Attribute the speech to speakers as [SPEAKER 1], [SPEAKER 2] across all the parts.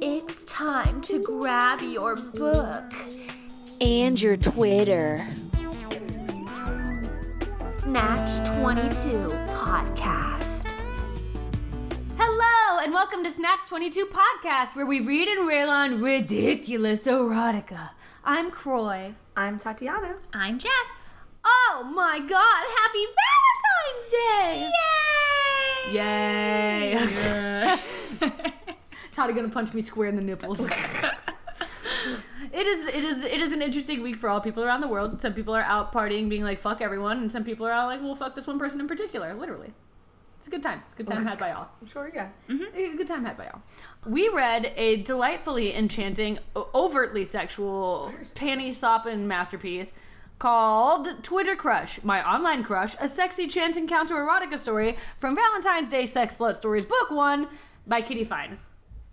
[SPEAKER 1] It's time to grab your book,
[SPEAKER 2] and your Twitter.
[SPEAKER 1] Snatch 22 Podcast. Hello, and welcome to Snatch 22 Podcast, where we read and rail on ridiculous erotica. I'm Croy.
[SPEAKER 3] I'm Tatiana.
[SPEAKER 4] I'm Jess.
[SPEAKER 1] Oh my god, happy Valentine's Day! Yay!
[SPEAKER 4] Yay!
[SPEAKER 1] Toddy gonna punch me square in the nipples. it is it is it is an interesting week for all people around the world. Some people are out partying, being like "fuck everyone," and some people are out like "well, fuck this one person in particular." Literally, it's a good time. It's a good time had by all.
[SPEAKER 3] I'm sure, yeah.
[SPEAKER 1] A good time had by all. We read a delightfully enchanting, o- overtly sexual, panty sopping masterpiece called Twitter Crush, My Online Crush, a sexy chance encounter erotica story from Valentine's Day Sex Slut Stories Book 1 by Kitty Fine.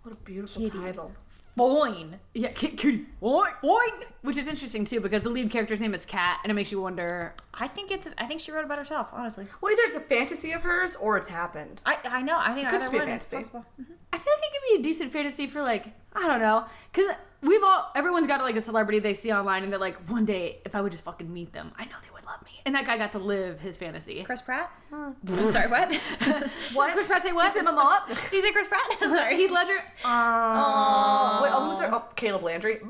[SPEAKER 3] What a beautiful title.
[SPEAKER 4] Foin.
[SPEAKER 1] Yeah, Ki- Kitty Fine! Which is interesting too because the lead character's name is Kat and it makes you wonder.
[SPEAKER 4] I think it's. I think she wrote about herself. Honestly,
[SPEAKER 3] Well, either it's a fantasy of hers or it's happened.
[SPEAKER 4] I. I know. I think
[SPEAKER 3] Could
[SPEAKER 4] either
[SPEAKER 3] just be a
[SPEAKER 4] one is
[SPEAKER 3] fantasy.
[SPEAKER 4] possible.
[SPEAKER 1] I feel like it could be a decent fantasy for like I don't know, cause we've all everyone's got like a celebrity they see online and they're like, one day if I would just fucking meet them, I know they would love me. And that guy got to live his fantasy.
[SPEAKER 4] Chris Pratt. Sorry, what?
[SPEAKER 1] What? Chris Pratt say what? Just him up.
[SPEAKER 4] Did you say Chris Pratt? I'm sorry.
[SPEAKER 1] Heath Ledger.
[SPEAKER 3] Oh, wait, oh, who's her? Oh, Caleb Landry.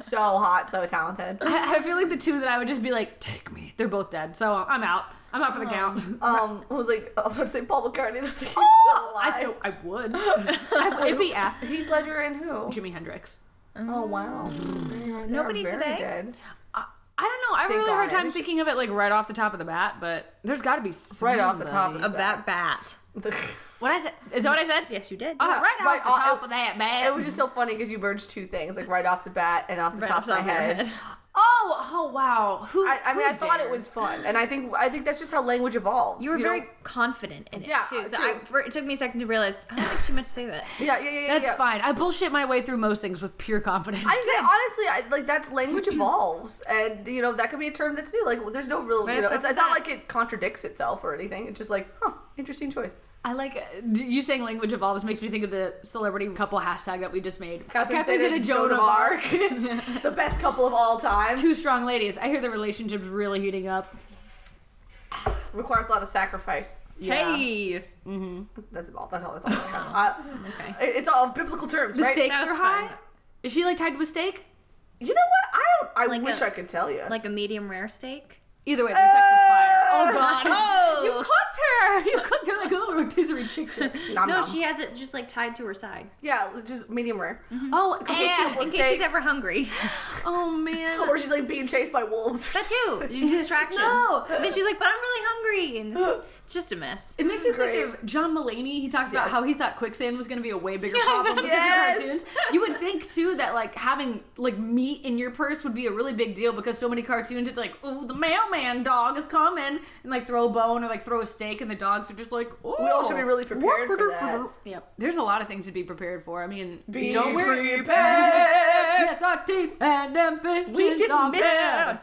[SPEAKER 3] so hot, so talented.
[SPEAKER 1] I, I feel like the two that I would just be like, take me. They're both dead, so I'm out. I'm out for
[SPEAKER 4] Oh,
[SPEAKER 1] the count.
[SPEAKER 3] Um, I was like, I was gonna say Paul McCartney. That's like, he's still alive.
[SPEAKER 1] I still, I would. I, if he asked,
[SPEAKER 3] Heath Ledger and who?
[SPEAKER 1] Jimi Hendrix.
[SPEAKER 3] Oh wow. Man, they
[SPEAKER 4] Nobody
[SPEAKER 3] are very
[SPEAKER 4] today?
[SPEAKER 3] Dead.
[SPEAKER 1] I don't know. I have a
[SPEAKER 3] Thank
[SPEAKER 1] really hard
[SPEAKER 3] God.
[SPEAKER 1] time thinking of it like right off the top of the bat, but there's got to be
[SPEAKER 3] Right off the top
[SPEAKER 1] somebody.
[SPEAKER 3] of that
[SPEAKER 4] bat. Ah,
[SPEAKER 1] What I said? Is that what I said?
[SPEAKER 4] Yes, you did.
[SPEAKER 1] Uh, right off
[SPEAKER 3] right
[SPEAKER 1] the
[SPEAKER 3] off-
[SPEAKER 1] top of that, man.
[SPEAKER 3] It was just so funny because you merged two things, like right off the bat and off the
[SPEAKER 4] Right
[SPEAKER 3] top
[SPEAKER 4] off
[SPEAKER 3] of my head.
[SPEAKER 1] oh, oh wow. Who?
[SPEAKER 3] I, I mean,
[SPEAKER 1] who
[SPEAKER 3] I thought it
[SPEAKER 1] dared?
[SPEAKER 3] was fun, and I think I think that's just how language evolves.
[SPEAKER 4] You were
[SPEAKER 3] know?
[SPEAKER 4] very confident in it
[SPEAKER 3] Yeah,
[SPEAKER 4] too. So
[SPEAKER 3] true.
[SPEAKER 4] I, for, it took me a second to realize. I don't think she meant to say that.
[SPEAKER 3] yeah, yeah, yeah, yeah.
[SPEAKER 1] That's
[SPEAKER 3] yeah.
[SPEAKER 1] fine. I bullshit my way through most things with pure confidence.
[SPEAKER 3] I think that, honestly, I, like that's
[SPEAKER 4] Mm-hmm.
[SPEAKER 3] language evolves, and you know that could be a term that's new. Like, there's no real,
[SPEAKER 4] Right,
[SPEAKER 3] you know,
[SPEAKER 4] it's
[SPEAKER 3] it's,
[SPEAKER 4] up
[SPEAKER 3] it's not
[SPEAKER 4] to
[SPEAKER 3] like it contradicts itself or anything. It's just like, huh, interesting choice.
[SPEAKER 1] I like uh, you saying language evolves makes me think of the celebrity couple hashtag that we just made.
[SPEAKER 3] Catherine
[SPEAKER 1] Catherine
[SPEAKER 3] Zeta
[SPEAKER 1] Zeta,
[SPEAKER 3] and
[SPEAKER 1] Joan of Arc.
[SPEAKER 3] the best couple of all time
[SPEAKER 1] Two strong ladies. I hear the relationship's really heating up.
[SPEAKER 3] requires a lot of sacrifice.
[SPEAKER 4] Hey,
[SPEAKER 3] That's all. That's all. That's all. uh,
[SPEAKER 4] Okay.
[SPEAKER 3] it- It's all biblical terms,
[SPEAKER 1] The
[SPEAKER 3] right?
[SPEAKER 1] stakes
[SPEAKER 4] that's
[SPEAKER 1] are high.
[SPEAKER 4] fine.
[SPEAKER 1] Is she like tied to a stake?
[SPEAKER 3] You know what? I don't. I
[SPEAKER 4] Like
[SPEAKER 3] wish
[SPEAKER 4] a-
[SPEAKER 3] I could tell you.
[SPEAKER 4] like a medium rare steak.
[SPEAKER 1] Either way, the sex is fire. Oh god.
[SPEAKER 4] Oh.
[SPEAKER 1] You cooked her! You cooked her like a little rotisserie chicken.
[SPEAKER 3] Nom
[SPEAKER 4] No,
[SPEAKER 3] nom.
[SPEAKER 4] she has it just like tied to her side.
[SPEAKER 3] Yeah, just medium rare.
[SPEAKER 1] Oh,
[SPEAKER 3] In case
[SPEAKER 1] and-
[SPEAKER 3] she's-
[SPEAKER 4] In case she's
[SPEAKER 3] Steaks.
[SPEAKER 4] ever hungry.
[SPEAKER 1] oh man.
[SPEAKER 3] Or she's like being chased by wolves. Or
[SPEAKER 4] That too. Distraction.
[SPEAKER 1] No.
[SPEAKER 4] But then she's like, but I'm really hungry. And it's, it's just a mess.
[SPEAKER 1] It makes
[SPEAKER 3] is
[SPEAKER 1] me think
[SPEAKER 3] great.
[SPEAKER 1] of John Mulaney. He talks about
[SPEAKER 3] Yes.
[SPEAKER 1] how he thought quicksand was going to be a way bigger problem with
[SPEAKER 3] Yes.
[SPEAKER 1] different cartoons. You would think too that like having like meat in your purse would be a really big deal because so many cartoons it's like, oh, the mailman dog is coming and like throw a bone or like throw a steak and the dogs are just like, oh.
[SPEAKER 3] We all should be really prepared for that.
[SPEAKER 4] Yep.
[SPEAKER 1] There's a lot of things to be prepared for. I mean,
[SPEAKER 3] Be
[SPEAKER 1] don't worry.
[SPEAKER 3] prepared.
[SPEAKER 1] Yes, our teeth and ambitions
[SPEAKER 3] We didn't
[SPEAKER 1] are
[SPEAKER 3] miss
[SPEAKER 1] bad.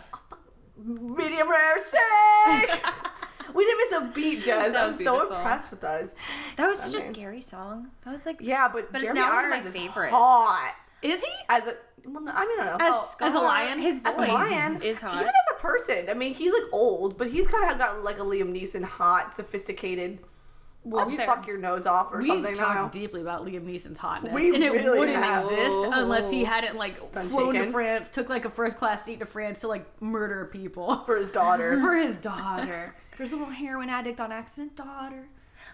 [SPEAKER 3] medium rare steak. we didn't miss a beat, Jez.
[SPEAKER 4] That
[SPEAKER 3] I
[SPEAKER 4] was
[SPEAKER 3] was so
[SPEAKER 4] beautiful.
[SPEAKER 3] impressed with us.
[SPEAKER 4] That was such a scary song. That was like
[SPEAKER 3] Yeah, but,
[SPEAKER 4] But it's
[SPEAKER 3] Jeremy
[SPEAKER 4] now one of my
[SPEAKER 3] Irons is
[SPEAKER 4] favorites.
[SPEAKER 3] hot
[SPEAKER 1] Is he?
[SPEAKER 3] as a. Well, no, I mean, I don't know.
[SPEAKER 4] as,
[SPEAKER 3] Oh,
[SPEAKER 4] Scar,
[SPEAKER 1] as a lion?
[SPEAKER 4] His voice
[SPEAKER 3] as a lion
[SPEAKER 4] is hot.
[SPEAKER 3] Even as a person, I mean, he's like old, but he's kind of got like a Liam Neeson hot, sophisticated. Well,
[SPEAKER 4] that's
[SPEAKER 3] you
[SPEAKER 4] fair.
[SPEAKER 3] fuck your nose off or
[SPEAKER 1] We've
[SPEAKER 3] something. I
[SPEAKER 1] talked
[SPEAKER 3] don't know.
[SPEAKER 1] deeply about Liam Neeson's hotness,
[SPEAKER 3] We
[SPEAKER 1] and it
[SPEAKER 3] really
[SPEAKER 1] wouldn't
[SPEAKER 3] have.
[SPEAKER 1] exist unless he hadn't like
[SPEAKER 3] Been
[SPEAKER 1] flown to
[SPEAKER 3] taken.
[SPEAKER 1] France, took like a first class seat to France to like murder people
[SPEAKER 3] For his daughter,
[SPEAKER 1] for his daughter. There's a little heroin addict on accident, daughter.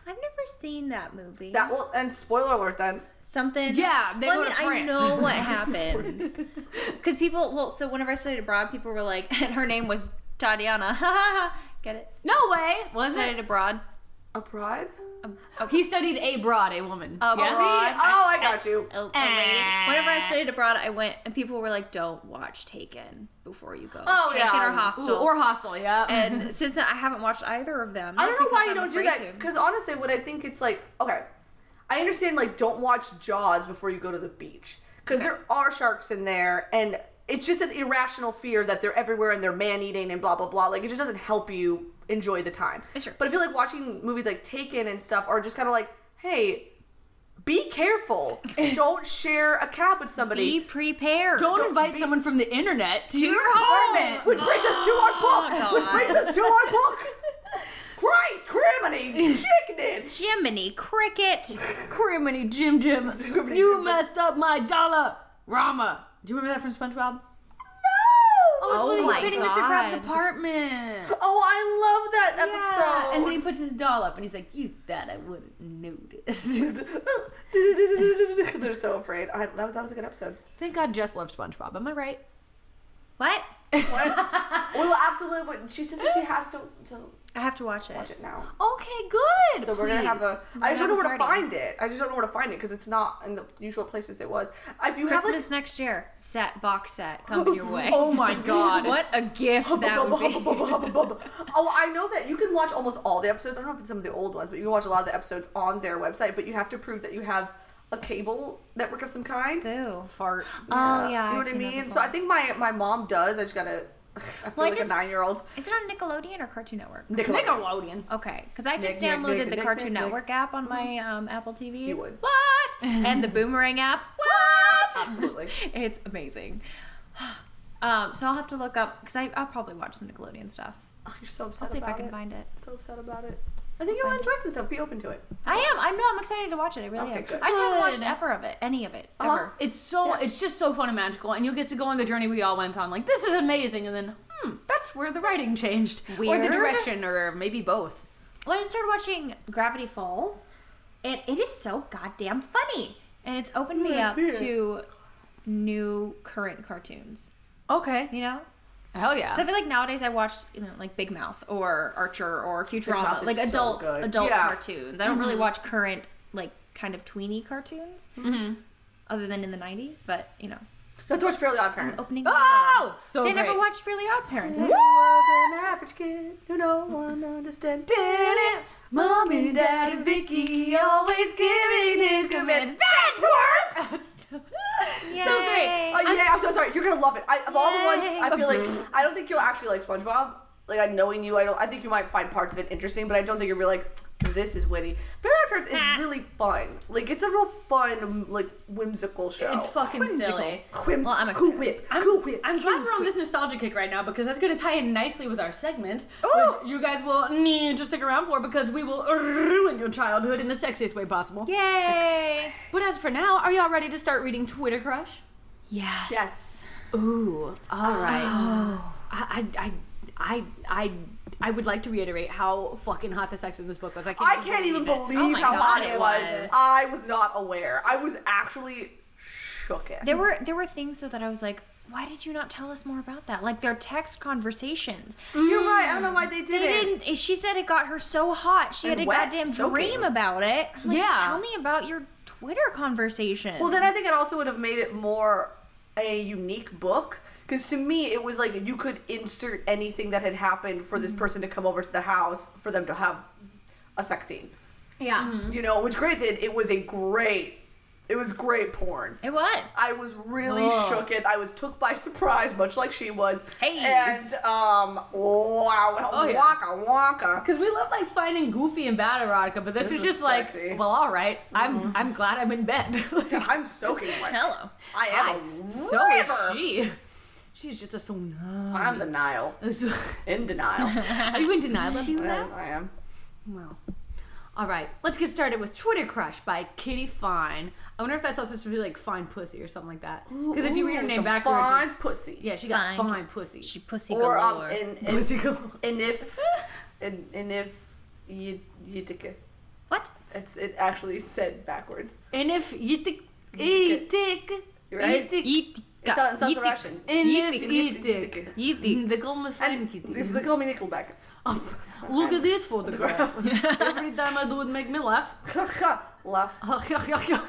[SPEAKER 4] I've never seen that movie.
[SPEAKER 3] that will. And spoiler alert, then
[SPEAKER 4] Something.
[SPEAKER 1] Yeah, they go
[SPEAKER 4] well, I mean,
[SPEAKER 1] to France.
[SPEAKER 4] I know what happens. Because people, well, so whenever I studied abroad, people were like, and her name was Tatiana. Get it?
[SPEAKER 1] No way, was
[SPEAKER 4] studied
[SPEAKER 1] it?
[SPEAKER 4] abroad. Um,
[SPEAKER 3] a bride.
[SPEAKER 1] He studied abroad, a woman.
[SPEAKER 4] A broad.
[SPEAKER 3] Oh, I got you.
[SPEAKER 4] a, a lady. Whenever I studied abroad, I went and people were like, "Don't watch Taken before you go.
[SPEAKER 3] Oh,
[SPEAKER 4] Taken
[SPEAKER 3] yeah.
[SPEAKER 4] or Hostel."
[SPEAKER 1] Ooh, or hostile, yeah.
[SPEAKER 4] and since then, I haven't watched either of them.
[SPEAKER 3] I don't know
[SPEAKER 4] Not
[SPEAKER 3] why
[SPEAKER 4] because
[SPEAKER 3] you
[SPEAKER 4] I'm
[SPEAKER 3] don't do
[SPEAKER 4] afraid
[SPEAKER 3] that.
[SPEAKER 4] to.
[SPEAKER 3] Because honestly, what I think it's like, okay, I understand like don't watch Jaws before you go to the beach because there are sharks in there, and it's just an irrational fear that they're everywhere and they're man eating and blah blah blah. Like it just doesn't help you enjoy the time.
[SPEAKER 4] Sure.
[SPEAKER 3] But I feel like watching movies like Taken and stuff are just kind of like. hey, be careful. Don't share a cab with somebody.
[SPEAKER 4] Be prepared.
[SPEAKER 1] Don't,
[SPEAKER 3] Don't
[SPEAKER 1] invite
[SPEAKER 3] be-
[SPEAKER 1] someone from the internet to,
[SPEAKER 4] To
[SPEAKER 1] your,
[SPEAKER 4] your home.
[SPEAKER 1] apartment.
[SPEAKER 3] Which brings us to our book.
[SPEAKER 4] Oh God.
[SPEAKER 3] Which brings us to our book. Christ, criminy, chicken
[SPEAKER 4] Jiminy Cricket.
[SPEAKER 1] Criminy Jim Jim,
[SPEAKER 3] Criminy
[SPEAKER 1] you
[SPEAKER 3] Jim Jim.
[SPEAKER 1] messed up my dollar, Rama. Do you remember that from SpongeBob?
[SPEAKER 3] No!
[SPEAKER 1] Oh,
[SPEAKER 4] Oh
[SPEAKER 1] it's when
[SPEAKER 4] my
[SPEAKER 1] he's fitting Mr. Krabs'
[SPEAKER 4] God.
[SPEAKER 1] apartment.
[SPEAKER 3] Oh, I love that episode.
[SPEAKER 1] And then he puts his doll up and he's like, You thought I wouldn't notice.
[SPEAKER 3] They're so afraid. I, that, that was a good episode.
[SPEAKER 1] Thank God Jess loves SpongeBob. Am I right?
[SPEAKER 4] What?
[SPEAKER 3] We will absolutely. but She says that she has to, to
[SPEAKER 4] I have to watch it.
[SPEAKER 3] watch it now.
[SPEAKER 1] Okay, good.
[SPEAKER 3] So we're gonna have a.
[SPEAKER 4] Oh, We're
[SPEAKER 3] I just don't
[SPEAKER 4] gonna
[SPEAKER 3] know
[SPEAKER 4] have
[SPEAKER 3] where
[SPEAKER 4] a
[SPEAKER 3] to
[SPEAKER 4] party.
[SPEAKER 3] find it. I just don't know where to find it because it's not in the usual places it was. If you
[SPEAKER 4] Christmas next year. Set box set coming your way.
[SPEAKER 1] Oh my God.
[SPEAKER 4] What a gift
[SPEAKER 3] have like.
[SPEAKER 4] that would be.
[SPEAKER 3] oh, I know that you can watch almost all the episodes. I don't know if it's some of the old ones, but you can watch a lot of the episodes on their website. But you have to prove that you have a cable network of some kind.
[SPEAKER 4] Boo.
[SPEAKER 1] fart?
[SPEAKER 4] Oh yeah.
[SPEAKER 3] you
[SPEAKER 4] I've
[SPEAKER 3] know what I
[SPEAKER 4] seen that
[SPEAKER 3] mean.
[SPEAKER 4] before.
[SPEAKER 3] So I think my my mom does. I just gotta. I feel
[SPEAKER 4] Well, I
[SPEAKER 3] like
[SPEAKER 4] just-
[SPEAKER 3] a nine year old.
[SPEAKER 4] Is it on Nickelodeon or Cartoon Network?
[SPEAKER 1] Nickelodeon.
[SPEAKER 4] Okay, because I
[SPEAKER 3] Nick,
[SPEAKER 4] just
[SPEAKER 3] Nick,
[SPEAKER 4] downloaded
[SPEAKER 3] Nick,
[SPEAKER 4] the
[SPEAKER 3] Nick,
[SPEAKER 4] Cartoon
[SPEAKER 3] Nick, Nick.
[SPEAKER 4] Network app on my um, Apple TV.
[SPEAKER 3] You would.
[SPEAKER 4] What? and the Boomerang app. What?
[SPEAKER 3] Absolutely.
[SPEAKER 4] it's amazing. Um, so I'll have to look up because I'll probably watch some Nickelodeon stuff.
[SPEAKER 3] Oh, you're so upset
[SPEAKER 4] I'll see if I
[SPEAKER 3] about
[SPEAKER 4] can
[SPEAKER 3] it.
[SPEAKER 4] find it.
[SPEAKER 3] So upset about it. I think you'll enjoy some stuff. Be open to it.
[SPEAKER 4] I am. I know. I'm excited to watch it. I really
[SPEAKER 3] Okay,
[SPEAKER 4] am.
[SPEAKER 3] good.
[SPEAKER 4] I just haven't watched
[SPEAKER 1] Good.
[SPEAKER 4] ever of it, any of it,
[SPEAKER 3] Uh-huh.
[SPEAKER 4] ever.
[SPEAKER 1] It's so it's just so fun and magical, and you'll get to go on the journey we all went on. Like this is amazing, and then hmm, that's where the writing changed, or the
[SPEAKER 4] weird.
[SPEAKER 1] direction, or maybe both.
[SPEAKER 4] Well, I just started watching Gravity Falls, and it is so goddamn funny, and it's opened me up to new current cartoons.
[SPEAKER 1] Okay,
[SPEAKER 4] You know,
[SPEAKER 1] hell yeah.
[SPEAKER 4] So I feel like nowadays I watch, you know, like Big Mouth or Archer or
[SPEAKER 3] Mouth
[SPEAKER 4] Futurama,
[SPEAKER 3] is
[SPEAKER 4] like
[SPEAKER 3] so
[SPEAKER 4] adult
[SPEAKER 3] good.
[SPEAKER 4] adult
[SPEAKER 3] Yeah.
[SPEAKER 4] cartoons. I don't
[SPEAKER 1] Mm-hmm.
[SPEAKER 4] really watch current like kind of tweeny cartoons,
[SPEAKER 1] Mm-hmm.
[SPEAKER 4] other than in the '90s. But you know,
[SPEAKER 3] Let's watch Fairly Odd Parents.
[SPEAKER 4] opening.
[SPEAKER 1] Oh,
[SPEAKER 4] up.
[SPEAKER 1] so
[SPEAKER 4] See, I never
[SPEAKER 1] great.
[SPEAKER 4] watched Fairly Odd Parents. I-
[SPEAKER 3] I was an average kid who no one understood. Did it.
[SPEAKER 1] Mom and Dad and Vicky always giving him commands. Bad twerp. so great.
[SPEAKER 4] Yay.
[SPEAKER 3] Oh yeah, I'm so sorry. You're gonna love it. I, of all the ones, I feel like I don't think you'll actually like SpongeBob. Like I knowing you, I don't. I think you might find parts of it interesting, but I don't think you'll be like, this is witty. Fairly Odd Parents is really fun. Like it's a real fun, like whimsical show.
[SPEAKER 1] It's fucking
[SPEAKER 4] Whimsical.
[SPEAKER 1] silly.
[SPEAKER 3] Whims-
[SPEAKER 4] Well, I'm
[SPEAKER 3] cool whip.
[SPEAKER 1] I'm,
[SPEAKER 3] cool whip.
[SPEAKER 1] I'm
[SPEAKER 3] cool
[SPEAKER 1] glad we're on this nostalgia kick right now because that's going to tie in nicely with our segment,
[SPEAKER 4] Ooh.
[SPEAKER 1] which you guys will need to stick around for because we will ruin your childhood in the sexiest way possible.
[SPEAKER 4] Yay!
[SPEAKER 1] But as for now, are y'all ready to start reading Twitter Crush?
[SPEAKER 4] Yes.
[SPEAKER 3] Yes.
[SPEAKER 1] Ooh, all right. Oh. I, I, I, I, I, I would like to reiterate how fucking hot the sex in this book was. I can't,
[SPEAKER 3] I can't even
[SPEAKER 1] it.
[SPEAKER 3] believe
[SPEAKER 4] Oh my
[SPEAKER 3] how
[SPEAKER 4] God,
[SPEAKER 3] hot it
[SPEAKER 4] it
[SPEAKER 3] was.
[SPEAKER 4] was.
[SPEAKER 3] I was not aware. I was actually shook it.
[SPEAKER 4] There were there were things though that I was like, why did you not tell us more about that? Like their text conversations.
[SPEAKER 3] You're right. I don't know why they did
[SPEAKER 4] They
[SPEAKER 3] it.
[SPEAKER 4] didn't. eh, She said it got her so hot. She
[SPEAKER 3] Mm-hmm. And
[SPEAKER 4] had a
[SPEAKER 3] wet,
[SPEAKER 4] goddamn
[SPEAKER 3] soaking.
[SPEAKER 4] dream about it. I'm like,
[SPEAKER 1] Yeah.
[SPEAKER 4] Tell me about your Twitter conversation.
[SPEAKER 3] Well, then I think it also would have made it more a unique book because to me it was like you could insert anything that had happened for
[SPEAKER 1] Mm-hmm.
[SPEAKER 3] this person to come over to the house for them to have a sex scene.
[SPEAKER 4] yeah.
[SPEAKER 3] You know, which granted it was a great, it was great porn.
[SPEAKER 4] It was.
[SPEAKER 3] I was really
[SPEAKER 1] Whoa.
[SPEAKER 3] shook it. I was took by surprise, much like she was.
[SPEAKER 4] Hey.
[SPEAKER 3] And um, wow,
[SPEAKER 1] Oh, yeah.
[SPEAKER 3] wonka wonka.
[SPEAKER 1] Because we love like finding goofy and bad erotica, but this,
[SPEAKER 3] This
[SPEAKER 1] was
[SPEAKER 3] is
[SPEAKER 1] just like,
[SPEAKER 3] sexy. Mm-hmm.
[SPEAKER 1] well, all right. I'm I'm glad I'm in bed. Like,
[SPEAKER 3] I'm soaking wet.
[SPEAKER 4] Hello.
[SPEAKER 3] I am a
[SPEAKER 1] so is
[SPEAKER 3] river.
[SPEAKER 1] she. She's just a so nice.
[SPEAKER 3] I'm the Nile. In denial.
[SPEAKER 1] Are you in denial of you now?
[SPEAKER 3] I am.
[SPEAKER 1] Well, all right. Let's get started with Twitter Crush by Kitty Fine. I wonder if that's also supposed to be like fine pussy or something like that. Because if you read her
[SPEAKER 3] Ooh,
[SPEAKER 1] name
[SPEAKER 3] some
[SPEAKER 1] backwards,
[SPEAKER 3] fine
[SPEAKER 1] it's-
[SPEAKER 3] pussy.
[SPEAKER 1] yeah, she got
[SPEAKER 4] Fine.
[SPEAKER 1] fine pussy.
[SPEAKER 4] She pussy
[SPEAKER 3] Or
[SPEAKER 4] galore.
[SPEAKER 3] um, in, in,
[SPEAKER 1] Pussy galore.
[SPEAKER 3] and if and, and if you you take it,
[SPEAKER 4] what?
[SPEAKER 3] it's it actually said backwards.
[SPEAKER 1] and if you think, eat it,
[SPEAKER 3] You're right.
[SPEAKER 1] eat it,
[SPEAKER 4] Eat.
[SPEAKER 3] It's not, it's not the Russian.
[SPEAKER 1] and if
[SPEAKER 4] Eat it,
[SPEAKER 1] eat it,
[SPEAKER 3] Yitik.
[SPEAKER 1] the golden fine
[SPEAKER 3] And
[SPEAKER 1] kitty.
[SPEAKER 3] they call me Nickelback.
[SPEAKER 1] Um, Look at this photograph. Every time I do it, make me laugh.
[SPEAKER 3] Laugh.
[SPEAKER 1] the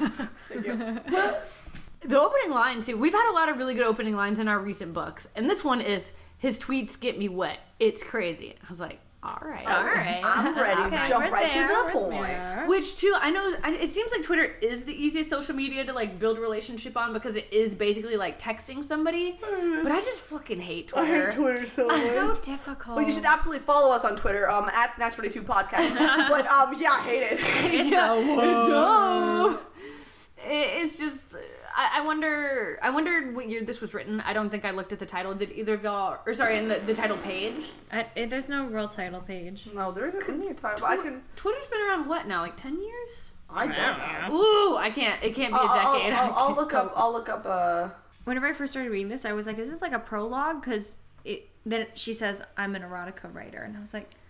[SPEAKER 1] opening line too. We've had a lot of really good opening lines in our recent books, and this one is his tweets get me wet. It's crazy. I was like, All right.
[SPEAKER 4] All right.
[SPEAKER 3] I'm ready.
[SPEAKER 4] Okay,
[SPEAKER 3] Jump
[SPEAKER 4] we're
[SPEAKER 3] right
[SPEAKER 4] there,
[SPEAKER 3] to the
[SPEAKER 4] we're
[SPEAKER 3] point.
[SPEAKER 4] there.
[SPEAKER 1] Which too, I know. I- It seems like Twitter is the easiest social media to like build relationship on because it is basically like texting somebody. But I just fucking hate
[SPEAKER 3] I
[SPEAKER 1] Twitter.
[SPEAKER 3] hate Twitter so much.
[SPEAKER 4] It's so difficult.
[SPEAKER 3] But you should absolutely follow us on Twitter, um, at Snatch22 Podcast. but um, yeah, I hate it.
[SPEAKER 1] Yeah, it's dope. It- It's just. I I wonder. I wondered what year this was written. I don't think I looked at the title. Did either of y'all, or sorry, in the, the title page?
[SPEAKER 4] I, it, there's no real title page.
[SPEAKER 3] no, there isn't any time. I can.
[SPEAKER 1] Twitter's been around what now? Like ten years?
[SPEAKER 3] I don't know.
[SPEAKER 1] Ooh, I can't. It can't be
[SPEAKER 3] I'll,
[SPEAKER 1] a
[SPEAKER 3] I'll-
[SPEAKER 1] decade.
[SPEAKER 3] I'll- I'll look up. I'll look up. Uh,
[SPEAKER 4] Whenever I first started reading this, I was like, "Is this like a prologue?" Because it then she says, "I'm an erotica writer," and I was like,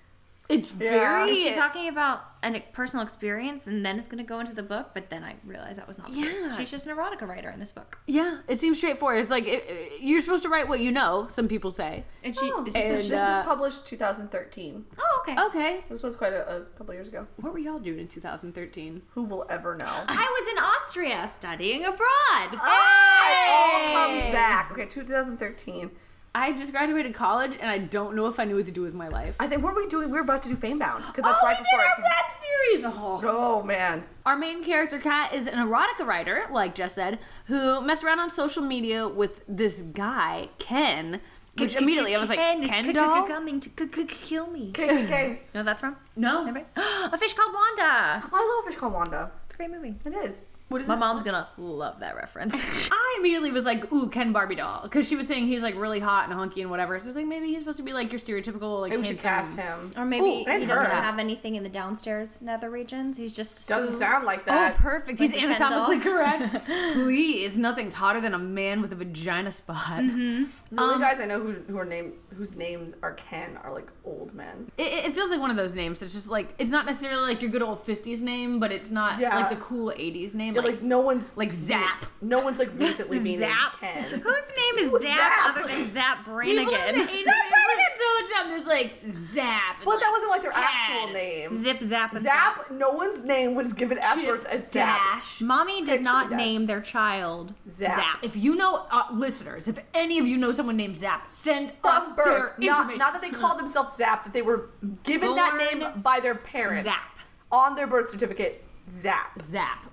[SPEAKER 1] It's
[SPEAKER 3] Yeah.
[SPEAKER 1] very.
[SPEAKER 4] "Is she talking about an, a personal experience?" And then it's going to go into the book, but then I realized that was not. The
[SPEAKER 1] Yeah.
[SPEAKER 4] case. she's just an erotica writer in this book,
[SPEAKER 1] Yeah, it seems straightforward. It's like it, it- you're supposed to write what you know. Some people say.
[SPEAKER 4] and she.
[SPEAKER 1] Oh.
[SPEAKER 4] so
[SPEAKER 3] this was
[SPEAKER 4] she-
[SPEAKER 1] uh,
[SPEAKER 3] published 2013.
[SPEAKER 4] oh, okay.
[SPEAKER 1] Okay,
[SPEAKER 3] This was quite a, a couple years ago.
[SPEAKER 1] what were y'all doing in 2013?
[SPEAKER 3] Who will ever know?
[SPEAKER 4] I was in Austria studying abroad.
[SPEAKER 1] Oh,
[SPEAKER 3] It all comes back. Okay, 2013.
[SPEAKER 1] I just graduated college, and I don't know if I knew what to do with my life.
[SPEAKER 3] I think what were we doing? We were about to do Famebound because that's
[SPEAKER 1] oh,
[SPEAKER 3] right
[SPEAKER 1] we
[SPEAKER 3] before
[SPEAKER 1] did
[SPEAKER 3] I
[SPEAKER 1] our
[SPEAKER 3] came.
[SPEAKER 1] web series. Oh.
[SPEAKER 3] Oh man,
[SPEAKER 1] Our main character, Kat, is an erotica writer, like Jess said, who messed around on social media with this guy, Ken. Which immediately I was like,
[SPEAKER 4] Ken is
[SPEAKER 1] Ken
[SPEAKER 4] c- c-
[SPEAKER 1] doll?
[SPEAKER 4] coming to c- c- kill me.
[SPEAKER 3] KKK.
[SPEAKER 4] You know what that's from?
[SPEAKER 1] No.
[SPEAKER 4] Anybody? a fish called Wanda.
[SPEAKER 3] I love Fish Called Wanda.
[SPEAKER 4] It's a great movie.
[SPEAKER 3] It is.
[SPEAKER 1] What is
[SPEAKER 4] My
[SPEAKER 1] it?
[SPEAKER 4] mom's gonna love that reference.
[SPEAKER 1] I immediately was like, ooh, Ken Barbie doll. Because she was saying he's like really hot and hunky and whatever. So I was like, maybe he's supposed to be like your stereotypical, like,
[SPEAKER 3] Maybe we should
[SPEAKER 1] handsome-
[SPEAKER 3] cast him.
[SPEAKER 4] Or maybe
[SPEAKER 1] Ooh,
[SPEAKER 4] he
[SPEAKER 3] and
[SPEAKER 4] doesn't
[SPEAKER 3] her.
[SPEAKER 4] have anything in the downstairs nether regions. He's just a
[SPEAKER 3] Doesn't
[SPEAKER 4] spoon.
[SPEAKER 3] sound like
[SPEAKER 1] Oh,
[SPEAKER 3] that.
[SPEAKER 1] perfect.
[SPEAKER 4] Like
[SPEAKER 1] He's
[SPEAKER 4] the Ken doll.
[SPEAKER 1] anatomically correct. Please, nothing's hotter than a man with a vagina spot.
[SPEAKER 4] Mm-hmm.
[SPEAKER 3] the
[SPEAKER 1] Um,
[SPEAKER 3] only guys I know who, who are named whose names are Ken are like old men.
[SPEAKER 1] It, it- it feels like one of those names. It's just like it's not necessarily like your good old '50s name, but it's not
[SPEAKER 3] Yeah.
[SPEAKER 1] like the cool '80s name,
[SPEAKER 3] Yeah,
[SPEAKER 1] like,
[SPEAKER 3] like,
[SPEAKER 1] like
[SPEAKER 3] no one's
[SPEAKER 1] Zap.
[SPEAKER 3] No one's like recently being named
[SPEAKER 4] Zap.
[SPEAKER 3] Ken.
[SPEAKER 4] Whose name is
[SPEAKER 3] Ooh,
[SPEAKER 4] Zap,
[SPEAKER 3] Zap.
[SPEAKER 4] other than Zap
[SPEAKER 1] People in the 80s
[SPEAKER 4] Brannigan?
[SPEAKER 1] were so dumb. There's like Zap. and,
[SPEAKER 3] Well, that
[SPEAKER 1] like,
[SPEAKER 3] wasn't like their
[SPEAKER 1] Ted.
[SPEAKER 3] actual name.
[SPEAKER 4] Zip Zap and Zap.
[SPEAKER 3] Zap. No one's name was given at
[SPEAKER 1] Chip,
[SPEAKER 3] birth as Zap.
[SPEAKER 1] Dash.
[SPEAKER 4] Mommy did
[SPEAKER 3] Actually
[SPEAKER 4] not
[SPEAKER 3] does.
[SPEAKER 4] name their child
[SPEAKER 3] Zap.
[SPEAKER 4] Zap.
[SPEAKER 1] If you know uh, listeners, if any of you know someone named Zap, send us
[SPEAKER 3] From
[SPEAKER 1] their
[SPEAKER 3] birth, not,
[SPEAKER 1] information.
[SPEAKER 3] not that they called themselves Zap, that they were given that
[SPEAKER 4] Born
[SPEAKER 3] name by their parents
[SPEAKER 4] Zap.
[SPEAKER 3] on their birth certificate. Zap.
[SPEAKER 1] Zap.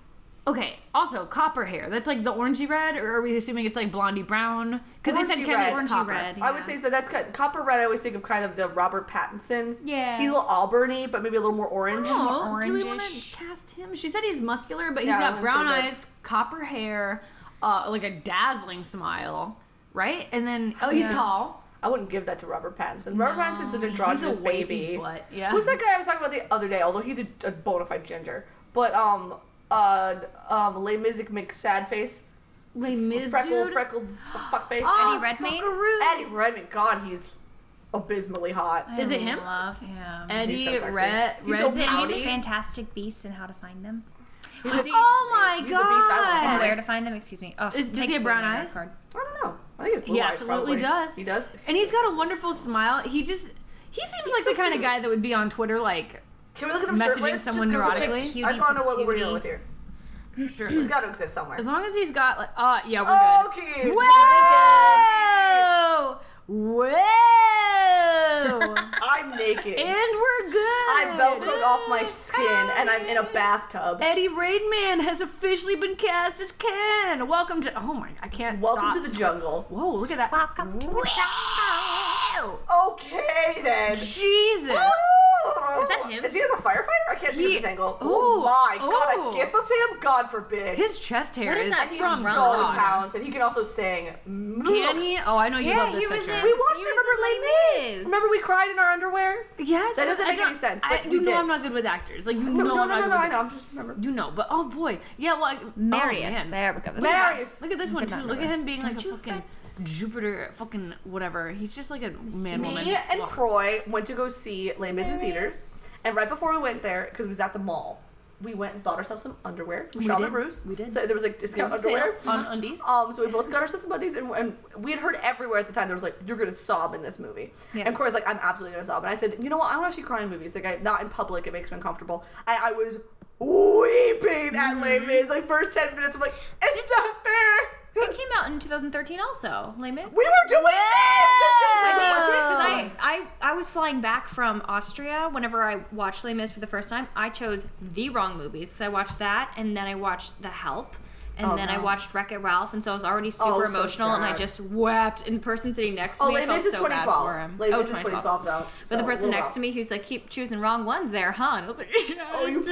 [SPEAKER 1] Okay. Also, copper hair. That's like the orangey red, or are we assuming it's like blondie brown? Because they said
[SPEAKER 3] Orangey
[SPEAKER 1] Ken
[SPEAKER 3] red.
[SPEAKER 1] was
[SPEAKER 4] Orangey
[SPEAKER 1] copper.
[SPEAKER 4] red.
[SPEAKER 3] I would say so. That's kind copper red. I always think of kind of the Robert Pattinson.
[SPEAKER 4] Yeah.
[SPEAKER 3] he's a little auburny, but maybe a little more orange.
[SPEAKER 1] Oh, do we want
[SPEAKER 4] orangish.
[SPEAKER 1] to cast him? She said he's muscular, but he's
[SPEAKER 3] Yeah, I
[SPEAKER 1] got
[SPEAKER 3] would
[SPEAKER 1] brown
[SPEAKER 3] say that's-
[SPEAKER 1] eyes, copper hair, uh, like a dazzling smile, right? And then oh, he's
[SPEAKER 4] Yeah.
[SPEAKER 1] tall.
[SPEAKER 3] I wouldn't give that to Robert Pattinson. Robert Pattinson's an androgynous
[SPEAKER 1] wavy
[SPEAKER 3] baby.
[SPEAKER 1] butt, yeah.
[SPEAKER 3] Who's that guy I was talking about the other day? Although he's a, a bona fide ginger, but um, uh, um, Les Mis McSad face,
[SPEAKER 1] Les Mis
[SPEAKER 3] freckle,
[SPEAKER 1] dude.
[SPEAKER 3] freckled f- fuck face.
[SPEAKER 1] Oh,
[SPEAKER 4] Eddie Redmayne?
[SPEAKER 1] fuckaroo.
[SPEAKER 3] Eddie Redmayne, God, he's abysmally hot.
[SPEAKER 1] Is it him?
[SPEAKER 4] Love him.
[SPEAKER 1] Eddie
[SPEAKER 3] He's so sexy.
[SPEAKER 1] Red.
[SPEAKER 3] He's so
[SPEAKER 1] Redmayne.
[SPEAKER 4] Is it in
[SPEAKER 3] Howdy.
[SPEAKER 4] Fantastic Beasts and How to Find Them?
[SPEAKER 3] He's a-
[SPEAKER 1] oh my
[SPEAKER 3] He's a beast. I
[SPEAKER 4] And
[SPEAKER 3] love
[SPEAKER 1] god!
[SPEAKER 4] Where to Find Them? Excuse me. Oh,
[SPEAKER 1] Is- does
[SPEAKER 4] take
[SPEAKER 1] he have brown
[SPEAKER 4] my
[SPEAKER 1] eyes?
[SPEAKER 4] card.
[SPEAKER 3] I don't know. I think he's blue
[SPEAKER 1] He
[SPEAKER 3] eyes,
[SPEAKER 1] absolutely
[SPEAKER 3] probably.
[SPEAKER 1] does.
[SPEAKER 3] He does,
[SPEAKER 1] And he's got a wonderful smile. He just he seems like
[SPEAKER 3] so
[SPEAKER 1] the kind
[SPEAKER 3] cute.
[SPEAKER 1] of guy that would be on Twitter like
[SPEAKER 3] Can we look at him
[SPEAKER 1] messaging
[SPEAKER 3] shirtless? Just
[SPEAKER 1] someone
[SPEAKER 3] 'cause it's like-
[SPEAKER 1] neurotically?
[SPEAKER 3] I just want to know what we're
[SPEAKER 4] Cutie
[SPEAKER 3] dealing with here. He's
[SPEAKER 1] shirtless.
[SPEAKER 3] got to exist somewhere.
[SPEAKER 1] As long as he's got like uh yeah, we're good.
[SPEAKER 3] Okay.
[SPEAKER 1] Whoa! Whoa!
[SPEAKER 3] I'm naked.
[SPEAKER 1] and we're good.
[SPEAKER 3] I velcroed off my skin and I'm in a bathtub.
[SPEAKER 1] Eddie Raidman has officially been cast as Ken. Welcome to oh my I can't.
[SPEAKER 3] Welcome
[SPEAKER 1] stop.
[SPEAKER 3] to the jungle.
[SPEAKER 1] whoa! Look at that.
[SPEAKER 4] Welcome to the
[SPEAKER 1] Wow.
[SPEAKER 3] Okay then.
[SPEAKER 1] Jesus.
[SPEAKER 3] Oh.
[SPEAKER 4] Is that him?
[SPEAKER 3] Is he as a firefighter? I can't see
[SPEAKER 1] He-
[SPEAKER 3] his angle.
[SPEAKER 1] Ooh.
[SPEAKER 3] Oh my
[SPEAKER 1] Ooh.
[SPEAKER 3] god, a gif of him? God forbid.
[SPEAKER 1] His chest hair
[SPEAKER 4] What is
[SPEAKER 1] is
[SPEAKER 4] that?
[SPEAKER 3] He's
[SPEAKER 1] from
[SPEAKER 3] so
[SPEAKER 1] God.
[SPEAKER 3] talented. He can also sing.
[SPEAKER 1] Can he? Oh, I know you
[SPEAKER 4] Yeah,
[SPEAKER 1] love this
[SPEAKER 4] he was
[SPEAKER 1] picture.
[SPEAKER 4] in-
[SPEAKER 3] We watched
[SPEAKER 4] He
[SPEAKER 3] him
[SPEAKER 4] was in
[SPEAKER 3] remember
[SPEAKER 4] Les
[SPEAKER 3] Les
[SPEAKER 4] Mis.
[SPEAKER 3] Mis. Remember we cried in our underwear?
[SPEAKER 1] Yes,
[SPEAKER 3] That doesn't
[SPEAKER 1] I
[SPEAKER 3] make any
[SPEAKER 1] don't-
[SPEAKER 3] sense,
[SPEAKER 1] I-
[SPEAKER 3] but
[SPEAKER 1] you
[SPEAKER 3] we
[SPEAKER 1] know
[SPEAKER 3] did.
[SPEAKER 1] I'm not good with actors. Like you know
[SPEAKER 3] No, no,
[SPEAKER 1] I'm
[SPEAKER 3] no,
[SPEAKER 1] not
[SPEAKER 3] no,
[SPEAKER 1] good
[SPEAKER 3] I
[SPEAKER 1] with
[SPEAKER 3] know. I'm just remembering.
[SPEAKER 1] You know, but oh boy, yeah. Well, I,
[SPEAKER 4] Marius.
[SPEAKER 1] oh, man.
[SPEAKER 4] there we go. That's
[SPEAKER 3] Marius.
[SPEAKER 1] Look at this one
[SPEAKER 4] Good
[SPEAKER 1] too.
[SPEAKER 4] not
[SPEAKER 1] Look at
[SPEAKER 4] remember.
[SPEAKER 1] him being like
[SPEAKER 4] Don't
[SPEAKER 1] a
[SPEAKER 4] you
[SPEAKER 1] fucking
[SPEAKER 4] fret.
[SPEAKER 1] Jupiter, fucking whatever. He's just like a man woman.
[SPEAKER 3] Me and
[SPEAKER 1] Ugh.
[SPEAKER 3] Croy went to go see Les Mis in theaters, and right before we went there, because it was at the mall, we went and bought ourselves some underwear from
[SPEAKER 1] We
[SPEAKER 3] Charlotte
[SPEAKER 1] did.
[SPEAKER 3] Russe.
[SPEAKER 1] We did.
[SPEAKER 3] So there was like discount underwear.
[SPEAKER 1] on undies.
[SPEAKER 3] Um, so we both got ourselves some undies, and, and we had heard everywhere at the time there was like, "You're gonna sob in this movie,"
[SPEAKER 4] Yeah.
[SPEAKER 3] and Corey's like, "I'm absolutely gonna sob," and I said, "You know what? I don't actually cry in movies. Like, I, not in public. It makes me uncomfortable." I, I
[SPEAKER 4] Mm-hmm.
[SPEAKER 3] was weeping at Les Mis. Like first ten minutes, I'm like, "It's not fair."
[SPEAKER 4] It came out in 2013 also. Les Mis.
[SPEAKER 3] We were doing this. This is
[SPEAKER 4] Because
[SPEAKER 3] my
[SPEAKER 4] I, I, I was flying back from Austria whenever I watched Les Mis for the first time. I chose the wrong movies because I watched that and then I watched The Help. And
[SPEAKER 3] Oh,
[SPEAKER 4] then I
[SPEAKER 3] no.
[SPEAKER 4] watched Wreck It Ralph, and so I was already super
[SPEAKER 3] Oh, so
[SPEAKER 4] emotional, and I
[SPEAKER 3] sad.
[SPEAKER 4] just wept. And the person sitting next to
[SPEAKER 3] Oh,
[SPEAKER 4] me, I
[SPEAKER 3] Les
[SPEAKER 4] felt
[SPEAKER 3] Mis is
[SPEAKER 4] so bad for
[SPEAKER 3] 2012.
[SPEAKER 4] him.
[SPEAKER 3] Les
[SPEAKER 4] oh,
[SPEAKER 3] Mis is 2012 though.
[SPEAKER 4] But the
[SPEAKER 3] so
[SPEAKER 4] person
[SPEAKER 3] we're
[SPEAKER 4] next
[SPEAKER 3] out.
[SPEAKER 4] to me, who's like, "Keep choosing wrong ones, there, huh?" And I was like, "Yeah,
[SPEAKER 3] Oh, you
[SPEAKER 4] I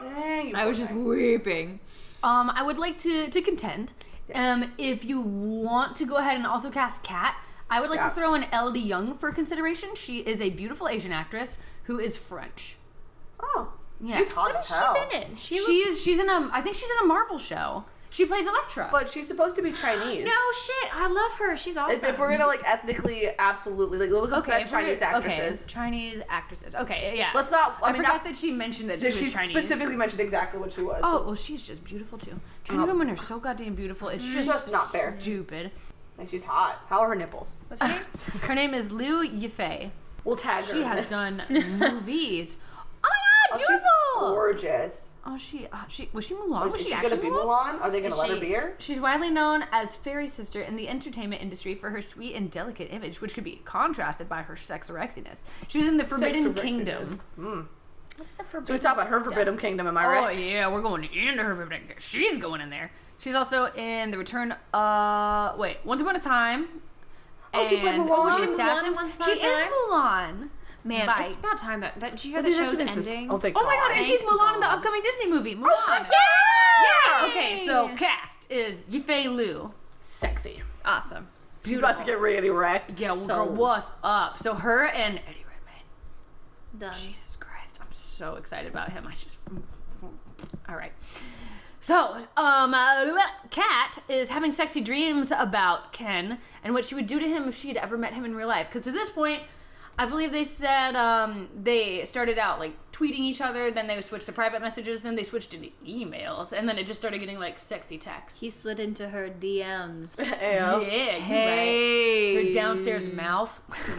[SPEAKER 3] poor
[SPEAKER 4] do."
[SPEAKER 3] thing. you
[SPEAKER 4] I
[SPEAKER 3] poor
[SPEAKER 4] was just
[SPEAKER 3] thing.
[SPEAKER 4] weeping.
[SPEAKER 1] Um, I would like to to contend. Um, if you want to go ahead and also cast Kat, I would like
[SPEAKER 3] Yeah.
[SPEAKER 1] to throw in Elodie Young for consideration. She is a beautiful Asian actress who is French.
[SPEAKER 3] Oh,
[SPEAKER 1] Yeah.
[SPEAKER 3] she's hot
[SPEAKER 4] What
[SPEAKER 3] as
[SPEAKER 4] has
[SPEAKER 3] hell.
[SPEAKER 4] she been in? She,
[SPEAKER 1] She,
[SPEAKER 4] looked-
[SPEAKER 1] is. She's in a. I think she's in a Marvel show. She plays Elektra.
[SPEAKER 3] But she's supposed to be Chinese.
[SPEAKER 4] no oh, shit. I love her. She's
[SPEAKER 3] If,
[SPEAKER 4] awesome.
[SPEAKER 3] if we're gonna like ethnically, absolutely, like look up best
[SPEAKER 1] if we're-
[SPEAKER 3] Chinese actresses.
[SPEAKER 1] Okay, Chinese actresses. Okay, yeah.
[SPEAKER 3] Let's not-
[SPEAKER 1] I,
[SPEAKER 3] I mean,
[SPEAKER 1] forgot
[SPEAKER 3] not-
[SPEAKER 1] that she mentioned that she
[SPEAKER 3] That
[SPEAKER 1] was
[SPEAKER 3] she
[SPEAKER 1] Chinese.
[SPEAKER 3] specifically mentioned exactly what she was.
[SPEAKER 1] Oh well, she's just beautiful too. Chinese women are so goddamn beautiful. It's just,
[SPEAKER 3] Oh. just not fair.
[SPEAKER 1] Stupid.
[SPEAKER 3] Like, she's hot. How are her nipples?
[SPEAKER 4] What's her name?
[SPEAKER 1] Her name is Liu Yifei.
[SPEAKER 3] We'll tag her.
[SPEAKER 1] She has done movies. Oh
[SPEAKER 3] Oh,
[SPEAKER 1] my god,
[SPEAKER 3] she's
[SPEAKER 1] beautiful!
[SPEAKER 3] gorgeous.
[SPEAKER 1] Oh, she uh, she was she Mulan?
[SPEAKER 3] Is
[SPEAKER 1] was
[SPEAKER 3] she,
[SPEAKER 1] she,
[SPEAKER 3] gonna
[SPEAKER 1] actually
[SPEAKER 3] be
[SPEAKER 1] Mulan?
[SPEAKER 3] Milan? Are they gonna
[SPEAKER 1] Is
[SPEAKER 3] let her
[SPEAKER 1] she-
[SPEAKER 3] be her?
[SPEAKER 1] She's widely known as Fairy Sister in the entertainment industry for her sweet and delicate image, which could be contrasted by her sexorexiness. She was in the Forbidden
[SPEAKER 3] Sexorexiness.
[SPEAKER 1] Kingdom.
[SPEAKER 3] So we talk about her Forbidden Kingdom, am I
[SPEAKER 1] Oh
[SPEAKER 3] right?
[SPEAKER 1] yeah, we're going into her Forbidden Kingdom. She's going in there. She's also in the Return. Uh, wait, Once Upon a Time.
[SPEAKER 3] Oh, she played
[SPEAKER 1] and
[SPEAKER 3] Mulan.
[SPEAKER 1] The
[SPEAKER 3] She was
[SPEAKER 4] Mulan in
[SPEAKER 1] Assassins.
[SPEAKER 4] Once Upon
[SPEAKER 1] she
[SPEAKER 4] a Time?
[SPEAKER 1] is Mulan.
[SPEAKER 4] Man,
[SPEAKER 1] Bye.
[SPEAKER 4] it's about time that, that did you hear
[SPEAKER 3] Dude,
[SPEAKER 4] the
[SPEAKER 3] that
[SPEAKER 4] show's
[SPEAKER 3] shit is-
[SPEAKER 4] ending?
[SPEAKER 3] Oh, thank
[SPEAKER 1] Oh my god, and
[SPEAKER 4] Thank
[SPEAKER 1] she's Mulan in the
[SPEAKER 4] God.
[SPEAKER 1] upcoming Disney movie. Mulan.
[SPEAKER 4] yeah!
[SPEAKER 1] Okay, so cast is Yifei Liu.
[SPEAKER 3] Sexy.
[SPEAKER 4] awesome.
[SPEAKER 3] She's about to get really wrecked.
[SPEAKER 1] Yeah, well,
[SPEAKER 3] so
[SPEAKER 1] girl, what's up? So her and Eddie Redmayne.
[SPEAKER 4] Done.
[SPEAKER 1] Jesus Christ, I'm so excited about him. I just. All right. So, um, uh, Kat is having sexy dreams about Ken and what she would do to him if she had ever met him in real life. Because to this point, I believe they said um, they started out like tweeting each other, then they switched to private messages, then they switched into emails, and then it just started getting like sexy texts.
[SPEAKER 4] He slid into her DMs.
[SPEAKER 1] Yeah,
[SPEAKER 3] Ew.
[SPEAKER 1] you're right.
[SPEAKER 4] hey.
[SPEAKER 1] Her downstairs mouth.
[SPEAKER 3] I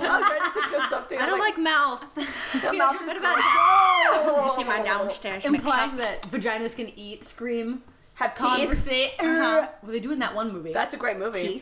[SPEAKER 3] was ready to go something.
[SPEAKER 4] I don't like, mouth.
[SPEAKER 3] mouth is
[SPEAKER 4] what about
[SPEAKER 3] gross.
[SPEAKER 4] Is she my downstairs
[SPEAKER 1] implying
[SPEAKER 4] milkshake?
[SPEAKER 1] that vaginas can eat, scream,
[SPEAKER 3] have teeth.
[SPEAKER 1] conversate.
[SPEAKER 3] Uh-huh.
[SPEAKER 1] Well, they do in that one movie.
[SPEAKER 3] That's a great movie.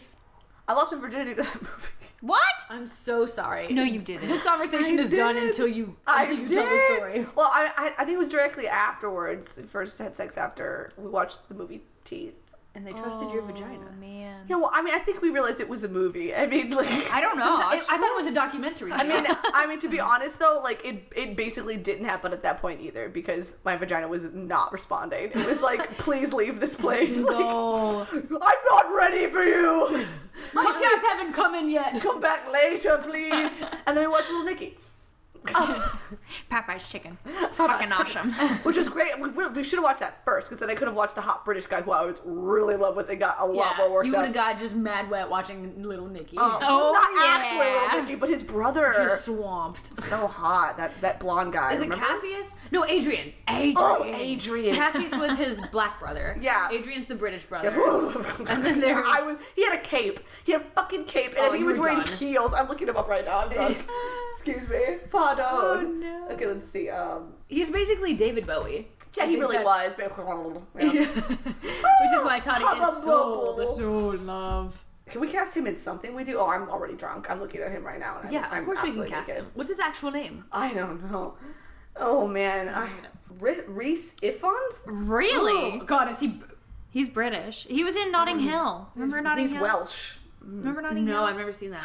[SPEAKER 3] I lost my virginity to that movie.
[SPEAKER 4] What?
[SPEAKER 1] I'm so sorry.
[SPEAKER 4] No, you didn't.
[SPEAKER 1] This conversation
[SPEAKER 3] I
[SPEAKER 1] is done
[SPEAKER 3] did.
[SPEAKER 1] until you until
[SPEAKER 3] I
[SPEAKER 1] you
[SPEAKER 3] did.
[SPEAKER 1] tell the story.
[SPEAKER 3] Well, I, I I think it was directly afterwards. We First had sex after we watched the movie Teeth.
[SPEAKER 1] And they trusted your
[SPEAKER 3] Oh,
[SPEAKER 1] vagina.
[SPEAKER 4] man.
[SPEAKER 3] Yeah, well, I mean, I think we realized it was a movie. I mean, like
[SPEAKER 4] I don't know.
[SPEAKER 1] Sometimes- I,
[SPEAKER 4] I,
[SPEAKER 1] I thought it was a documentary.
[SPEAKER 3] I mean, I mean to be honest though, like it it basically didn't happen at that point either because my vagina was not responding. It was like, please leave this place.
[SPEAKER 4] no.
[SPEAKER 3] Like, I'm not ready for you.
[SPEAKER 1] my teeth haven't come in yet.
[SPEAKER 3] Come back later, please. And then we watched Little Nicky,
[SPEAKER 4] Popeye's chicken. Fucking awesome.
[SPEAKER 3] which was great. We, we should have watched that first because then I could have watched the hot British guy who I was really in love with and got a lot more worked
[SPEAKER 1] you
[SPEAKER 3] out.
[SPEAKER 1] would have got just mad wet watching Little Nicky.
[SPEAKER 3] Um,
[SPEAKER 4] Oh,
[SPEAKER 3] not actually
[SPEAKER 4] yeah.
[SPEAKER 3] Little Nicky, but his brother.
[SPEAKER 1] He's swamped.
[SPEAKER 3] so hot. That that blonde guy.
[SPEAKER 1] Is it
[SPEAKER 3] remember?
[SPEAKER 1] Cassius? No, Adrian. Adrian.
[SPEAKER 3] Oh, Adrian.
[SPEAKER 1] Cassius was his black brother.
[SPEAKER 3] Yeah.
[SPEAKER 1] Adrian's the British brother.
[SPEAKER 3] and
[SPEAKER 1] then there
[SPEAKER 3] I was. He had a cape. He had a fucking cape, and
[SPEAKER 1] Oh,
[SPEAKER 3] I think he
[SPEAKER 1] you
[SPEAKER 3] was
[SPEAKER 1] were
[SPEAKER 3] wearing
[SPEAKER 1] done.
[SPEAKER 3] heels. I'm looking him up right now. I'm done. Excuse me. Pardon. Oh no. Okay, let's see. Um,
[SPEAKER 1] He's basically David Bowie.
[SPEAKER 3] yeah, he really
[SPEAKER 1] that-
[SPEAKER 3] was. Yeah.
[SPEAKER 1] Which is why Toddy is so.
[SPEAKER 4] love.
[SPEAKER 3] Can we cast him in something we do? Oh, I'm already drunk. I'm looking at him right now. And I'm-
[SPEAKER 1] Yeah, of
[SPEAKER 3] I'm
[SPEAKER 1] course we can
[SPEAKER 3] absolutely
[SPEAKER 1] cast
[SPEAKER 3] naked.
[SPEAKER 1] him. What's his actual name?
[SPEAKER 3] I don't know. Oh man, I, Re- Reese Ifons.
[SPEAKER 4] Really?
[SPEAKER 1] Ooh, Oh, God, is he?
[SPEAKER 4] He's British. He was in Notting Hill. Remember Notting
[SPEAKER 3] He's
[SPEAKER 4] Hill?
[SPEAKER 3] Welsh.
[SPEAKER 4] Remember Notting Hill?
[SPEAKER 1] No, I've never seen that.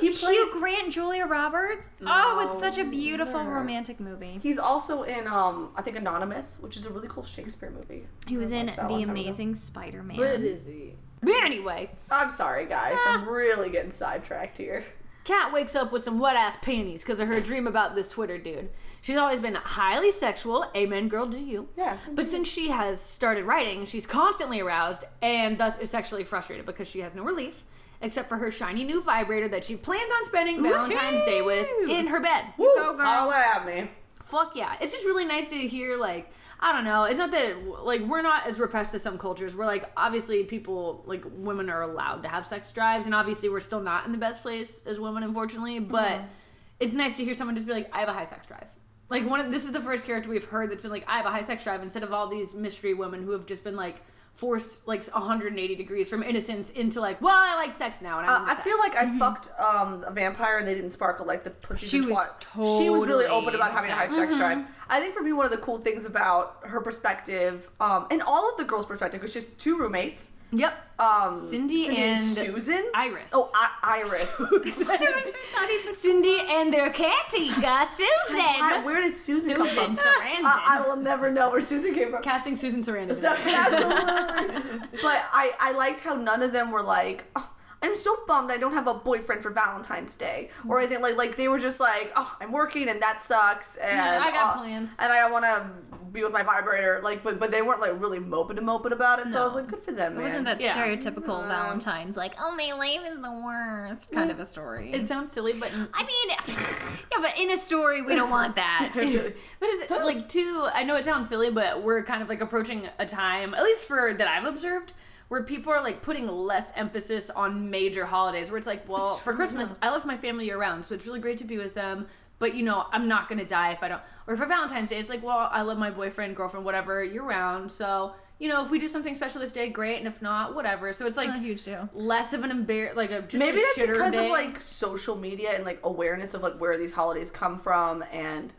[SPEAKER 3] He
[SPEAKER 4] Hugh Grant, Julia Roberts. Oh, it's such a beautiful romantic movie.
[SPEAKER 3] He's also in, um, I think, Anonymous, which is a really cool Shakespeare movie.
[SPEAKER 4] He was in
[SPEAKER 3] watched that a long
[SPEAKER 4] The
[SPEAKER 3] time ago.
[SPEAKER 4] Amazing Spider-Man.
[SPEAKER 1] What is he? But anyway,
[SPEAKER 3] I'm sorry, guys. I'm
[SPEAKER 4] Ah.
[SPEAKER 3] really getting sidetracked here.
[SPEAKER 1] Kat wakes up with some wet ass panties because of her dream about this Twitter dude. She's always been highly sexual. Amen, girl, do you?
[SPEAKER 3] Yeah.
[SPEAKER 1] But since she has started writing, she's constantly aroused and thus is sexually frustrated because she has no relief except for her shiny new vibrator that she plans on spending Valentine's Day with
[SPEAKER 4] Woohoo!
[SPEAKER 1] in her bed.
[SPEAKER 4] go, girl.
[SPEAKER 3] All at me.
[SPEAKER 1] fuck yeah it's just really nice to hear like i don't know it's not that like we're not as repressed as some cultures we're like obviously people like women are allowed to have sex drives and obviously we're still not in the best place as women unfortunately
[SPEAKER 3] Mm-hmm.
[SPEAKER 1] but it's nice to hear someone just be like i have a high sex drive like one of this is the first character we've heard that's been like i have a high sex drive instead of all these mystery women who have just been like forced like 180 degrees from innocence into like, well, I like sex now, and I'm
[SPEAKER 3] Uh,
[SPEAKER 1] into
[SPEAKER 3] I feel
[SPEAKER 1] sex.
[SPEAKER 3] like I fucked um, a vampire and they didn't sparkle like the pussy.
[SPEAKER 4] Mm-hmm. She was
[SPEAKER 3] she was really open
[SPEAKER 4] totally Mm-hmm.
[SPEAKER 3] about having a high sex drive. I think for me, one of the cool things about her perspective, um, and all of the girls' perspective, was just two roommates.
[SPEAKER 1] yep,
[SPEAKER 3] Um,
[SPEAKER 1] Cindy and
[SPEAKER 3] Susan,
[SPEAKER 1] Iris.
[SPEAKER 3] Oh, I- Iris.
[SPEAKER 1] Cindy and their catty guy
[SPEAKER 3] I-
[SPEAKER 1] Susan.
[SPEAKER 3] where did Susan, come
[SPEAKER 1] Susan Uh,
[SPEAKER 3] from?
[SPEAKER 1] Sarandon.
[SPEAKER 3] I, I will never know where Susan came from.
[SPEAKER 1] Casting Susan Sarandon. in
[SPEAKER 3] No,
[SPEAKER 1] it.
[SPEAKER 3] absolutely. but I, I liked how none of them were like, "Oh, I'm so bummed I don't have a boyfriend for Valentine's Day
[SPEAKER 1] Mm.
[SPEAKER 3] or anything like like they were just like, oh, I'm working and that sucks and
[SPEAKER 1] Yeah, I got
[SPEAKER 3] uh,
[SPEAKER 1] plans."
[SPEAKER 3] and I want to be with my vibrator like but but they weren't like really moping and moping about it so I was like good for them. Man.
[SPEAKER 4] It wasn't that
[SPEAKER 1] Yeah.
[SPEAKER 4] stereotypical Valentine's like, oh my life is the worst kind of a story.
[SPEAKER 1] It sounds silly, but
[SPEAKER 4] I mean, yeah, but in a story we don't want that.
[SPEAKER 1] but is it like two? I know it sounds silly, but we're kind of like approaching a time, at least for that I've observed, where people are like putting less emphasis on major holidays. Where it's like, well, for Christmas, I love my family year round, so it's really great to be with them. But you know, I'm not gonna die if I don't. Or for Valentine's Day, it's like, well, I love my boyfriend, girlfriend, whatever, year round. So you know, if we do something special this day, great, and if not, whatever. So it's, like
[SPEAKER 4] not a huge deal.
[SPEAKER 1] Less of an embar, like a just
[SPEAKER 3] Maybe
[SPEAKER 1] a
[SPEAKER 3] that's
[SPEAKER 1] shitter
[SPEAKER 3] because
[SPEAKER 1] day.
[SPEAKER 3] of like social media and like awareness of like where these holidays come from and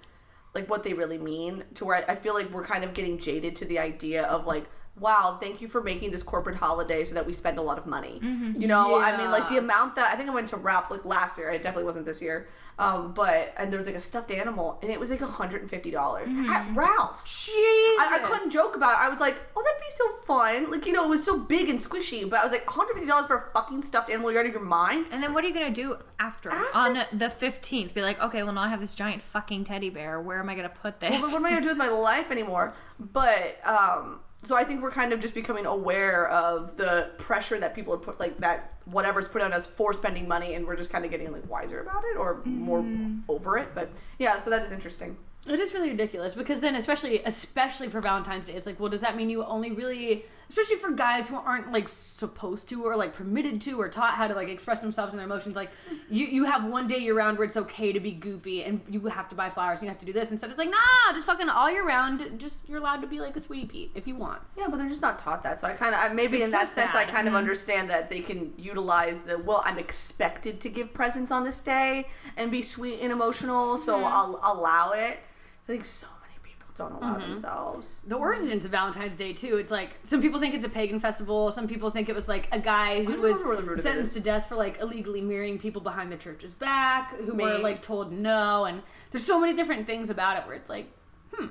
[SPEAKER 3] like what they really mean. To where I, I feel like we're kind of getting jaded to the idea of like, wow, thank you for making this corporate holiday so that we spend a lot of money.
[SPEAKER 1] Mm-hmm.
[SPEAKER 3] You know, I mean, like the
[SPEAKER 1] Yeah.
[SPEAKER 3] amount that I think I went to Ralph's like last year. It definitely wasn't this year. Um, but and there was like a stuffed animal and it was like hundred and fifty dollars at Ralph's. I, I
[SPEAKER 1] Jesus.
[SPEAKER 3] couldn't joke about it. I was like, oh, that'd be so fun. Like, you know, it was so big and squishy, but I was like, $150 for a fucking stuffed animal. You're out of your mind.
[SPEAKER 4] And then what are you gonna do after, on the fifteenth? Be like, okay, well now I have this giant fucking teddy bear. Where am I gonna put this?
[SPEAKER 3] What am I going to do with my life anymore? But, um, so I think we're kind of just becoming aware of the pressure that people are put, like, that whatever's put on us for spending money, and we're just kind of getting, like, wiser about it or more over it. But yeah, so that is interesting.
[SPEAKER 1] It is really ridiculous because then, especially especially for Valentine's Day, it's like, well, does that mean you only really, especially for guys who aren't like supposed to or like permitted to or taught how to like express themselves and their emotions, like you you have one day year round where it's okay to be goopy and you have to buy flowers and you have to do this instead. It's like, nah, just fucking all year round. Just you're allowed to be like a sweetie pea if you want.
[SPEAKER 3] Yeah, but they're just not taught that. So I kind of, maybe
[SPEAKER 1] It's
[SPEAKER 3] in
[SPEAKER 1] so
[SPEAKER 3] that sense, I
[SPEAKER 1] sad. Mm-hmm.
[SPEAKER 3] kind of understand that they can utilize the, well, I'm expected to give presents on this day and be sweet and emotional, so
[SPEAKER 1] Mm-hmm.
[SPEAKER 3] I'll allow it. I think so many people don't allow
[SPEAKER 1] Mm-hmm.
[SPEAKER 3] themselves.
[SPEAKER 1] The origins of Valentine's Day too. It's like some people think it's a pagan festival. Some people think it was like a guy who
[SPEAKER 3] don't
[SPEAKER 1] was
[SPEAKER 3] remember where the root of it
[SPEAKER 1] sentenced
[SPEAKER 3] is.
[SPEAKER 1] to death for like illegally marrying people behind the church's back, who were
[SPEAKER 3] Maybe.
[SPEAKER 1] like told no. And there's so many different things about it where it's like, hmm.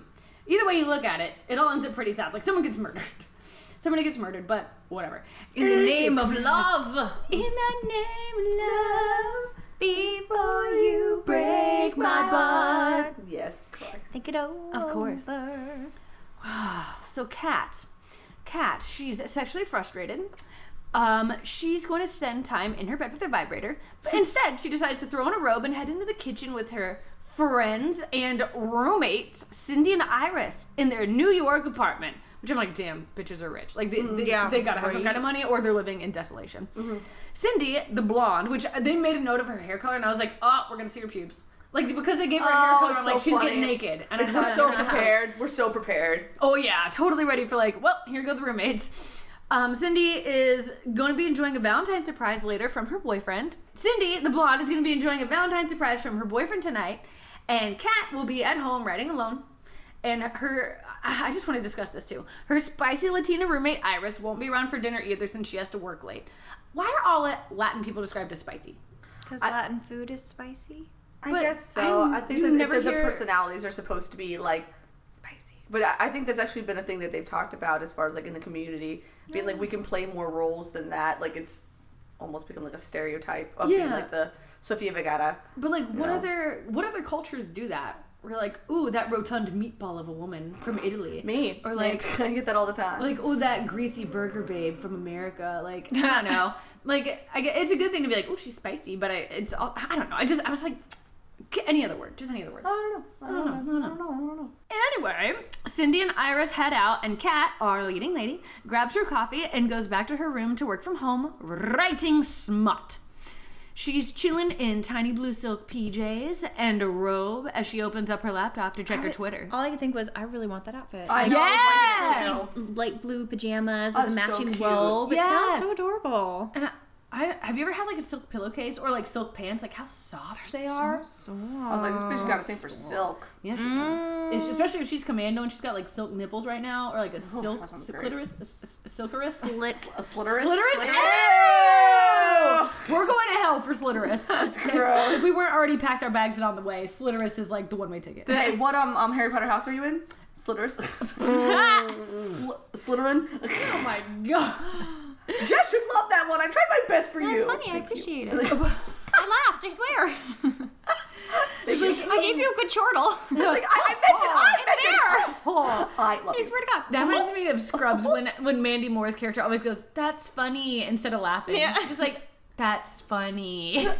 [SPEAKER 1] Either way you look at it, it all ends up pretty sad. Like someone gets murdered. Somebody gets murdered, but whatever.
[SPEAKER 4] In the name of love.
[SPEAKER 1] In the name of love,
[SPEAKER 4] Before you break my heart, Oh,
[SPEAKER 3] Yes, correct.
[SPEAKER 4] think it over.
[SPEAKER 1] Of course. So Kat, Kat, she's sexually frustrated. Um, she's going to spend time in her bed with her vibrator, but instead she decides to throw on a robe and head into the kitchen with her friends and roommates, Cindy and Iris, in their New York apartment. Which I'm like, damn, bitches are rich. Like they, they,
[SPEAKER 3] Mm, Yeah,
[SPEAKER 1] they gotta have some
[SPEAKER 3] right. Mm-hmm.
[SPEAKER 1] kind of money, or they're living in desolation. Cindy, the blonde, which they made a note of her hair color, and I was like, oh, we're gonna see her pubes. Like because they gave her hair
[SPEAKER 3] Oh,
[SPEAKER 1] color,
[SPEAKER 3] it's
[SPEAKER 1] I'm
[SPEAKER 3] so
[SPEAKER 1] like, she's
[SPEAKER 3] funny.
[SPEAKER 1] getting naked, and I
[SPEAKER 3] We're
[SPEAKER 1] thought,
[SPEAKER 3] so prepared. We're so prepared.
[SPEAKER 1] Oh yeah, totally ready for like, well, here go the roommates. Um, Cindy is going to be enjoying a Valentine's surprise later from her boyfriend. Cindy, the blonde, is going to be enjoying a Valentine's surprise from her boyfriend tonight, and Kat will be at home writing alone. And her, I I just want to discuss this too. Her spicy Latina roommate Iris won't be around for dinner either since she has to work late. Why are all Latin people described as spicy?
[SPEAKER 4] Because Latin food is spicy.
[SPEAKER 3] I
[SPEAKER 1] But
[SPEAKER 3] guess so.
[SPEAKER 1] I'm-
[SPEAKER 3] i think
[SPEAKER 1] you
[SPEAKER 3] that
[SPEAKER 1] never
[SPEAKER 3] that the
[SPEAKER 1] hear-
[SPEAKER 3] personalities are supposed to be like spicy, but I, I think that's actually been a thing that they've talked about as far as like in the community being like we can play more roles than that. Like it's almost become like a stereotype of being
[SPEAKER 1] Yeah.
[SPEAKER 3] like the Sofia Vergara.
[SPEAKER 1] But like, what
[SPEAKER 3] know?
[SPEAKER 1] other what other cultures do that? We're like, ooh, that rotund meatball of a woman from Italy.
[SPEAKER 3] Me
[SPEAKER 1] or like
[SPEAKER 3] I get that all the time.
[SPEAKER 1] like oh that greasy burger babe from america like i don't know like I, get- it's a good thing to be like oh she's spicy but i it's all, i don't know i just i was like "Get any other word just any other word
[SPEAKER 3] I don't know. I don't know. I
[SPEAKER 1] I
[SPEAKER 3] don't know. I don't know.
[SPEAKER 1] anyway cindy and iris head out and kat our leading lady grabs her coffee and goes back to her room to work from home writing smut She's chilling in tiny blue silk PJs and a robe as she opens up her laptop to check her Twitter.
[SPEAKER 4] All I could think was, I really want that outfit.
[SPEAKER 3] I
[SPEAKER 4] Like,
[SPEAKER 3] know, I was like,
[SPEAKER 1] Yes!
[SPEAKER 3] still.
[SPEAKER 4] these light blue pajamas with
[SPEAKER 3] Oh,
[SPEAKER 4] a
[SPEAKER 3] so
[SPEAKER 4] matching
[SPEAKER 3] cute.
[SPEAKER 4] robe. It
[SPEAKER 1] Yes.
[SPEAKER 4] sounds so adorable.
[SPEAKER 1] And I, I have you ever had like a silk pillowcase or like silk pants? Like how soft they are.
[SPEAKER 3] I was like, this bitch got a thing for silk.
[SPEAKER 1] Yeah, she, if- especially if she's commando and she's got like silk nipples right now, or like a silk
[SPEAKER 3] Oh, sounds
[SPEAKER 1] s-
[SPEAKER 3] great.
[SPEAKER 1] clitoris, a s- a s- silkerus.
[SPEAKER 4] Slit.
[SPEAKER 3] A slitterous?
[SPEAKER 1] Slitterous?
[SPEAKER 3] Ew!
[SPEAKER 1] We're going to hell for Slitterus. That's
[SPEAKER 3] gross.
[SPEAKER 1] If we weren't already packed our bags and on the way, Slitterus is like the one way ticket.
[SPEAKER 3] Hey, what um, um Harry Potter house are you in? Slitterous? Sl- Slytherin?
[SPEAKER 1] Oh my god.
[SPEAKER 3] Jess should love that one. I tried my best for you.
[SPEAKER 4] That's funny. I appreciate it. I laughed. I swear. I gave you a good chortle.
[SPEAKER 3] Like, I, I meant it. I meant it.
[SPEAKER 4] it's there.
[SPEAKER 1] Oh.
[SPEAKER 3] I love
[SPEAKER 4] I
[SPEAKER 3] you.
[SPEAKER 4] swear to God.
[SPEAKER 1] That reminds me of Scrubs when when Mandy Moore's character always goes, "That's funny" instead of laughing.
[SPEAKER 4] Yeah.
[SPEAKER 1] She's like, "That's funny."
[SPEAKER 3] I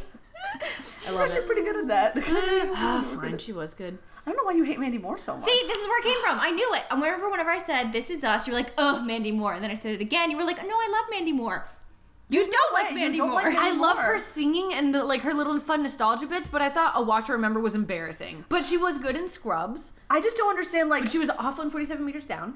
[SPEAKER 3] love Actually, pretty good at that. I
[SPEAKER 1] Ah, fine. She was good.
[SPEAKER 3] don't know why you hate Mandy Moore so much.
[SPEAKER 4] See, this is where it came from. I knew it. And whenever, whenever I said "This is us," you were like, "Oh, Mandy Moore," and then I said it again. You were like, "No, I love Mandy Moore." You don't like
[SPEAKER 3] you
[SPEAKER 4] Mandy
[SPEAKER 3] don't
[SPEAKER 4] Moore.
[SPEAKER 3] like Mandy
[SPEAKER 1] I love
[SPEAKER 3] Moore.
[SPEAKER 1] her singing and the, like her little fun nostalgia bits, but I thought a watch to remember was embarrassing. But she was good in Scrubs.
[SPEAKER 3] I just don't understand. Like,
[SPEAKER 1] She was awful in Forty Seven Meters Down.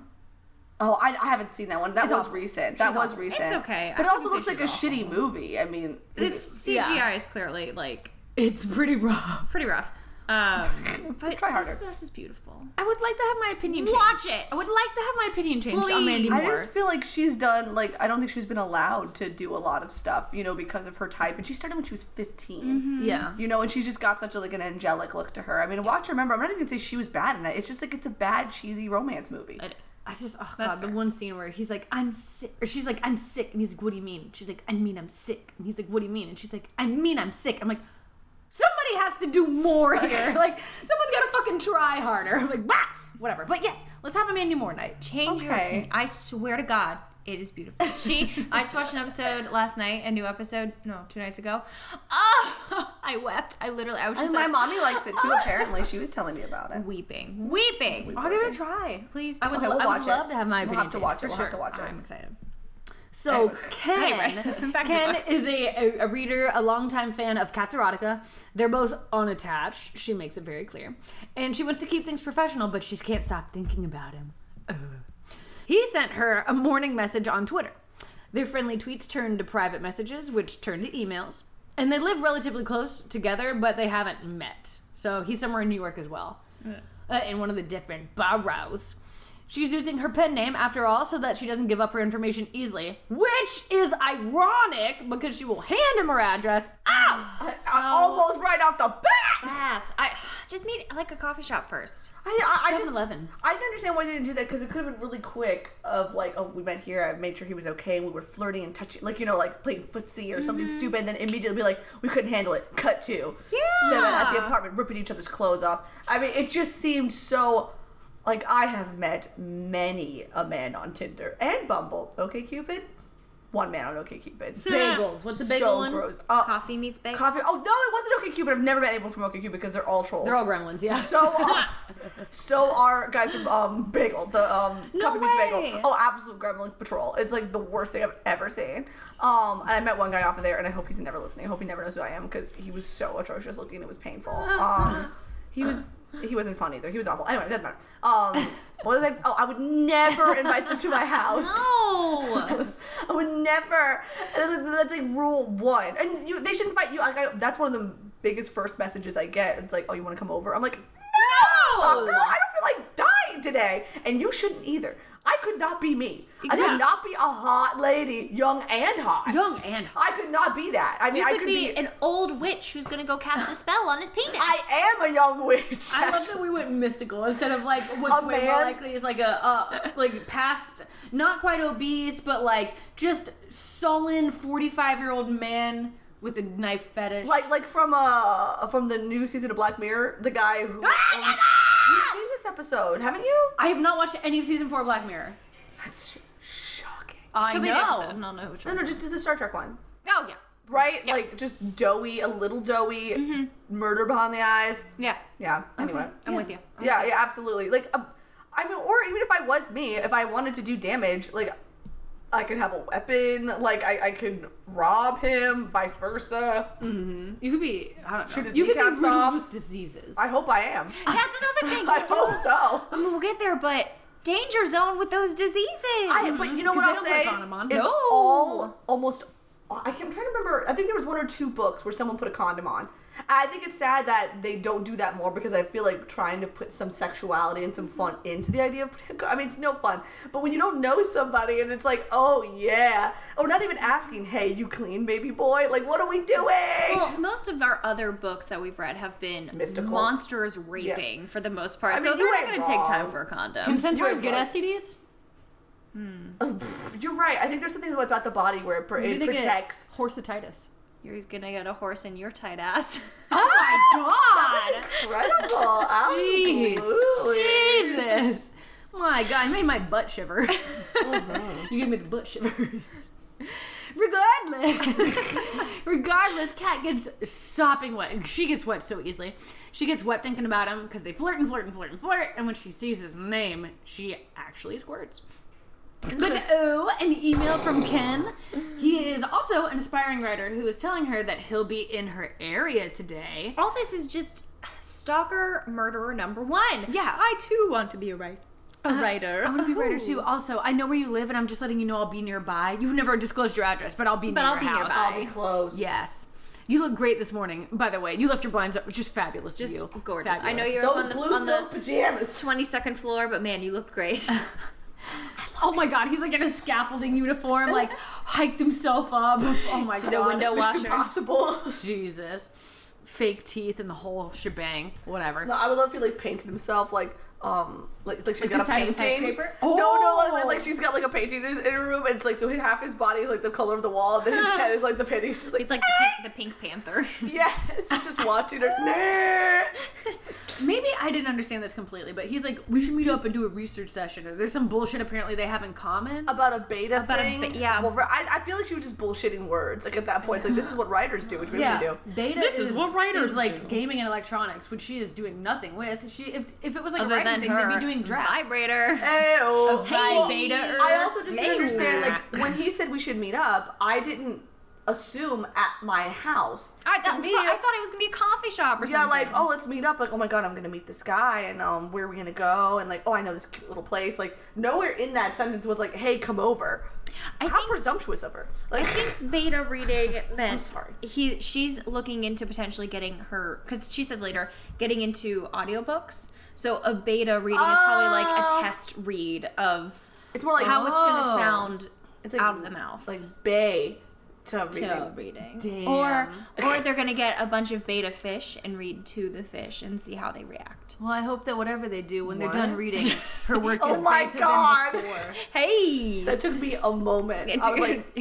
[SPEAKER 3] oh, I, I haven't seen that one. That
[SPEAKER 1] It's
[SPEAKER 3] was
[SPEAKER 1] awful.
[SPEAKER 3] recent. That
[SPEAKER 1] She's
[SPEAKER 3] was
[SPEAKER 1] awful.
[SPEAKER 3] recent.
[SPEAKER 4] It's okay. I
[SPEAKER 3] But it also
[SPEAKER 4] wouldn't
[SPEAKER 3] looks
[SPEAKER 4] say
[SPEAKER 3] like a
[SPEAKER 4] she's
[SPEAKER 3] shitty movie. I mean, is it-
[SPEAKER 4] It's
[SPEAKER 1] Yeah.
[SPEAKER 4] CGI is clearly like
[SPEAKER 1] It's pretty rough.
[SPEAKER 4] pretty rough. Um, but
[SPEAKER 3] Try harder.
[SPEAKER 4] This, Is Us is beautiful.
[SPEAKER 1] I would like to have my opinion changed.
[SPEAKER 4] Watch it.
[SPEAKER 1] I would like to have my opinion changed on Mandy
[SPEAKER 3] I
[SPEAKER 1] Moore.
[SPEAKER 3] just feel like she's done. Like, I don't think she's been allowed to do a lot of stuff, you know, because of her type. And she started when she was 15
[SPEAKER 4] Mm-hmm.
[SPEAKER 1] yeah.
[SPEAKER 3] You know, and she's just got such a, like an angelic look to her. I mean, watch. Remember, I'm not even gonna say she was bad in it. It's just like it's a bad, cheesy romance movie.
[SPEAKER 4] It is.
[SPEAKER 1] I just oh
[SPEAKER 4] That's
[SPEAKER 1] god, the
[SPEAKER 4] fair.
[SPEAKER 1] one scene where he's like, I'm sick or she's like, I'm sick and he's like, What do you mean? She's like, I mean I'm sick and he's like, What do you mean? And she's like, I mean I'm sick. I'm like, Somebody has to do more here. like, someone's gotta fucking try harder. I'm like, bah! whatever. But yes, let's have a Mandy Moore night.
[SPEAKER 4] Change your
[SPEAKER 3] Okay.
[SPEAKER 4] opinion. I swear to God, it is beautiful. She, I just watched an episode last night, a new episode, no, two nights ago. Oh, I wept. I literally, I was
[SPEAKER 3] And
[SPEAKER 4] just
[SPEAKER 3] my
[SPEAKER 4] like,
[SPEAKER 3] mommy likes it too. Apparently, she was telling me about it.
[SPEAKER 4] weeping, weeping.
[SPEAKER 1] I'll give it a try.
[SPEAKER 4] Please
[SPEAKER 1] I would,
[SPEAKER 3] Okay,
[SPEAKER 1] lo-
[SPEAKER 3] we'll
[SPEAKER 1] I
[SPEAKER 3] watch
[SPEAKER 1] would
[SPEAKER 3] it.
[SPEAKER 1] love to have my
[SPEAKER 3] We'll
[SPEAKER 1] opinion.
[SPEAKER 3] have to watch
[SPEAKER 1] changed,
[SPEAKER 3] it.
[SPEAKER 1] for
[SPEAKER 3] We'll have to
[SPEAKER 1] sure.
[SPEAKER 3] watch it.
[SPEAKER 4] I'm excited.
[SPEAKER 1] So
[SPEAKER 3] Anyway.
[SPEAKER 1] Ken,
[SPEAKER 4] Anyway, back to
[SPEAKER 1] Ken
[SPEAKER 4] book.
[SPEAKER 1] is a, a, a reader, a longtime fan of Katz Erotica. They're both unattached. She makes it very clear, and she wants to keep things professional, but she can't stop thinking about him. Ugh. He sent her a morning message on Twitter. Their friendly tweets turned to private messages, which turned to emails, and they live relatively close together, but they haven't met. So he's somewhere in New York as well, uh, in one of the different boroughs. She's using her pen name after all so that she doesn't give up her information easily, which is ironic because she will hand him her address.
[SPEAKER 3] Ah,
[SPEAKER 1] Ow!
[SPEAKER 3] I- I- almost right off the bat.
[SPEAKER 4] Fast. I just meet like a coffee shop first.
[SPEAKER 3] I, I, I just
[SPEAKER 1] 7-Eleven.
[SPEAKER 3] I didn't understand why they didn't do that because it could have been really quick. Of like, oh, we met here. I made sure he was okay, and we were flirting and touching, like you know, like playing footsie or something
[SPEAKER 1] Mm-hmm.
[SPEAKER 3] stupid. And then immediately be like, we couldn't handle it. Cut to them at the
[SPEAKER 4] Yeah.
[SPEAKER 3] apartment ripping each other's clothes off. I mean, it just seemed so. Like I have met many a man on Tinder and Bumble. Okay, Cupid, one man on Okay Cupid.
[SPEAKER 1] Bagels. What's the bagel
[SPEAKER 3] so
[SPEAKER 1] one?
[SPEAKER 3] gross. Uh,
[SPEAKER 4] Coffee meets bagel.
[SPEAKER 3] Coffee. Oh no, it wasn't OkCupid. I've never met anyone from OkCupid because they're all trolls.
[SPEAKER 1] They're all gremlins, yeah.
[SPEAKER 3] so are, so are guys from um Bagel, the um
[SPEAKER 1] No
[SPEAKER 3] Coffee Beats
[SPEAKER 1] way.
[SPEAKER 3] Bagel. Oh, absolute gremlin patrol. It's like the worst thing I've ever seen. Um, and I met one guy off of there, and I hope he's never listening. I hope he never knows who I am because he was so atrocious looking. It was painful. Um, he was. He wasn't fun either. He was awful. Anyway, it doesn't matter. Um, what was I? Oh, I would never invite them to my house.
[SPEAKER 4] No.
[SPEAKER 3] I would never. and that's, like- that's like rule one. And you, they should invite you. Like I, that's one of the biggest first messages I get. It's like, oh, you want to come over? I'm like, no,
[SPEAKER 4] No!
[SPEAKER 3] girl, I don't feel like dying today, and you shouldn't either. I could not be me. I
[SPEAKER 1] Exactly.
[SPEAKER 3] could not be a hot lady, young and hot.
[SPEAKER 1] Young and hot.
[SPEAKER 3] I could not be that. I mean,
[SPEAKER 4] you
[SPEAKER 3] I
[SPEAKER 4] could, be,
[SPEAKER 3] be.
[SPEAKER 4] an old witch who's gonna go cast a spell on his penis.
[SPEAKER 3] I am a young witch.
[SPEAKER 1] I love that we went mystical instead of like what's
[SPEAKER 3] A
[SPEAKER 1] way more
[SPEAKER 3] man?
[SPEAKER 1] likely is like a uh, like past not quite obese but like just sullen forty five year old man with a knife fetish.
[SPEAKER 3] like like from uh from the new season of Black Mirror, the guy who. oh,
[SPEAKER 1] Ah,
[SPEAKER 3] You've seen this episode, haven't you?
[SPEAKER 1] I have not watched any of season four of Black Mirror.
[SPEAKER 3] That's shocking.
[SPEAKER 1] I
[SPEAKER 4] Tell
[SPEAKER 1] know.
[SPEAKER 4] me the episode and I'll know which
[SPEAKER 3] No,
[SPEAKER 4] one.
[SPEAKER 3] no, just did the Star Trek one.
[SPEAKER 4] Oh yeah.
[SPEAKER 3] Right? Like just doughy, a little doughy, murder behind the eyes.
[SPEAKER 4] Yeah.
[SPEAKER 3] Yeah. Anyway.
[SPEAKER 4] I'm with you.
[SPEAKER 3] Yeah, yeah, absolutely. Like, um, I mean, or even if I was me, if I wanted to do damage, like, I could have a weapon. Like, I, I could rob him, vice versa.
[SPEAKER 1] You could be I don't know.
[SPEAKER 3] his
[SPEAKER 1] you could be
[SPEAKER 3] kneecaps
[SPEAKER 1] riddled
[SPEAKER 3] off.
[SPEAKER 1] with diseases.
[SPEAKER 3] I hope I am.
[SPEAKER 4] That's another thing.
[SPEAKER 3] I
[SPEAKER 4] you
[SPEAKER 3] hope
[SPEAKER 4] don't-
[SPEAKER 3] so.
[SPEAKER 4] I mean, we'll get there, but danger zone with those diseases.
[SPEAKER 3] I, but you know what I'll
[SPEAKER 1] 'Cause they
[SPEAKER 3] say
[SPEAKER 1] don't put a condom on.
[SPEAKER 3] is
[SPEAKER 1] No.
[SPEAKER 3] all almost. I can try to remember. I think there was one or two books where someone put a condom on. I think it's sad that they don't do that more because I feel like trying to put some sexuality and some fun into the idea of. I mean, it's no fun, but when you don't know somebody and it's like, oh yeah, or not even asking, hey, you clean, baby boy? Like, what are we doing?
[SPEAKER 4] Well, most of our other books that we've read have been
[SPEAKER 3] Mystical.
[SPEAKER 4] monsters raping for the most part,
[SPEAKER 3] I mean,
[SPEAKER 4] so
[SPEAKER 3] you
[SPEAKER 4] they're not
[SPEAKER 3] ain't
[SPEAKER 4] going to take time
[SPEAKER 3] wrong.
[SPEAKER 4] for a condom.
[SPEAKER 1] Can centaurs get
[SPEAKER 3] right.
[SPEAKER 1] STDs?
[SPEAKER 3] You're right. I think there's something about the body where it, pr-
[SPEAKER 1] Maybe
[SPEAKER 3] it
[SPEAKER 1] they get
[SPEAKER 3] protects.
[SPEAKER 1] Horsetitis.
[SPEAKER 4] You're gonna get a horse in your tight ass.
[SPEAKER 1] Oh my god!
[SPEAKER 3] Incredible.
[SPEAKER 1] Jeez.
[SPEAKER 3] Absolutely.
[SPEAKER 1] Jesus. My God, it made my butt shiver. You gave me the butt shivers. Regardless, regardless, Kat gets sopping wet. She gets wet so easily. She gets wet thinking about him because they flirt and flirt and flirt and flirt. And when she sees his name, she actually squirts. But oh, an email from Ken. He is also an aspiring writer who is telling her that he'll be in her area today.
[SPEAKER 4] All this is just stalker murderer number one.
[SPEAKER 1] Yeah. Uh,
[SPEAKER 4] I too want to be a writer. A writer.
[SPEAKER 1] I want to be
[SPEAKER 4] Oh.
[SPEAKER 1] writer too. Also, I know where you live, and I'm just letting you know I'll be nearby. You've never disclosed your address, but I'll be
[SPEAKER 4] But
[SPEAKER 1] near
[SPEAKER 4] I'll
[SPEAKER 1] your
[SPEAKER 4] be
[SPEAKER 1] house.
[SPEAKER 4] nearby.
[SPEAKER 3] Be close.
[SPEAKER 1] Yes. You look great this morning, by the way. You left your blinds up, which is fabulous. of
[SPEAKER 4] Just
[SPEAKER 1] you.
[SPEAKER 4] gorgeous. I know
[SPEAKER 1] Fabulous.
[SPEAKER 4] you're up
[SPEAKER 3] Those
[SPEAKER 4] on the,
[SPEAKER 3] blue
[SPEAKER 4] on
[SPEAKER 3] silk
[SPEAKER 4] the
[SPEAKER 3] pajamas.
[SPEAKER 4] 22nd floor, but man, you looked great.
[SPEAKER 1] Oh my god, he's like in a scaffolding uniform, like hiked himself up. Oh my god.
[SPEAKER 4] He's a window
[SPEAKER 3] Mission
[SPEAKER 4] washer.
[SPEAKER 3] Impossible.
[SPEAKER 1] Jesus. Fake teeth and the whole shebang. Whatever.
[SPEAKER 3] No, I would love if he like painted himself like um like like she's
[SPEAKER 1] Like
[SPEAKER 3] got a
[SPEAKER 1] inside of a
[SPEAKER 3] painting.
[SPEAKER 1] skyscraper?
[SPEAKER 3] No, no,
[SPEAKER 1] Oh.
[SPEAKER 3] like, like, like she's got like a painting in, his, in her room, and it's like so half his body is like the color of the wall, and then his head is like the painting. He's just like,
[SPEAKER 4] He's like the, pink, the Pink Panther.
[SPEAKER 3] yes, he's just watching her. Nah.
[SPEAKER 1] Maybe I didn't understand this completely, but he's like, we should meet up and do a research session, or there's some bullshit apparently they have in common.
[SPEAKER 3] About a beta
[SPEAKER 4] About a
[SPEAKER 3] thing.
[SPEAKER 4] ba- yeah.
[SPEAKER 3] Well, I, I feel like she was just bullshitting words. Like at that point, it's like this is what writers do, which we really do.
[SPEAKER 1] Beta
[SPEAKER 5] This is what writers
[SPEAKER 1] is like
[SPEAKER 5] do.
[SPEAKER 1] gaming and electronics, which she is doing nothing with. She if if it was like a writing thing, they'd be doing drafts.
[SPEAKER 4] vibrator.
[SPEAKER 3] Ayo.
[SPEAKER 1] Hey, beta.
[SPEAKER 3] I also just didn't understand like when he said we should meet up, I didn't assume at my house.
[SPEAKER 4] I,
[SPEAKER 3] To
[SPEAKER 4] that's
[SPEAKER 3] me,
[SPEAKER 4] what- I thought it was gonna be a coffee shop or
[SPEAKER 3] Yeah,
[SPEAKER 4] something.
[SPEAKER 3] like, oh, let's meet up. Like, oh my god, I'm gonna meet this guy, and um, where are we gonna go? And like, oh, I know this cute little place. Like, nowhere in that sentence was like, hey, come over.
[SPEAKER 4] I
[SPEAKER 3] How
[SPEAKER 4] think-
[SPEAKER 3] presumptuous of her. Like,
[SPEAKER 4] beta reading meant
[SPEAKER 3] sorry.
[SPEAKER 4] he she's looking into potentially getting her because she says later getting into audiobooks so a beta reading is probably like
[SPEAKER 3] Oh.
[SPEAKER 4] a test read of
[SPEAKER 3] it's more like
[SPEAKER 4] how it's gonna
[SPEAKER 1] Oh.
[SPEAKER 4] sound
[SPEAKER 3] it's like,
[SPEAKER 4] out of the mouth
[SPEAKER 3] like bay to oh reading.
[SPEAKER 4] to reading
[SPEAKER 1] Damn.
[SPEAKER 4] or or they're gonna get a bunch of beta fish and read to the fish and see how they react
[SPEAKER 1] Well, I hope that whatever they do when they're done reading, her work
[SPEAKER 3] Oh
[SPEAKER 1] is
[SPEAKER 3] my
[SPEAKER 1] back to them
[SPEAKER 3] God.
[SPEAKER 1] before.
[SPEAKER 4] hey
[SPEAKER 3] That took me a moment. I was like,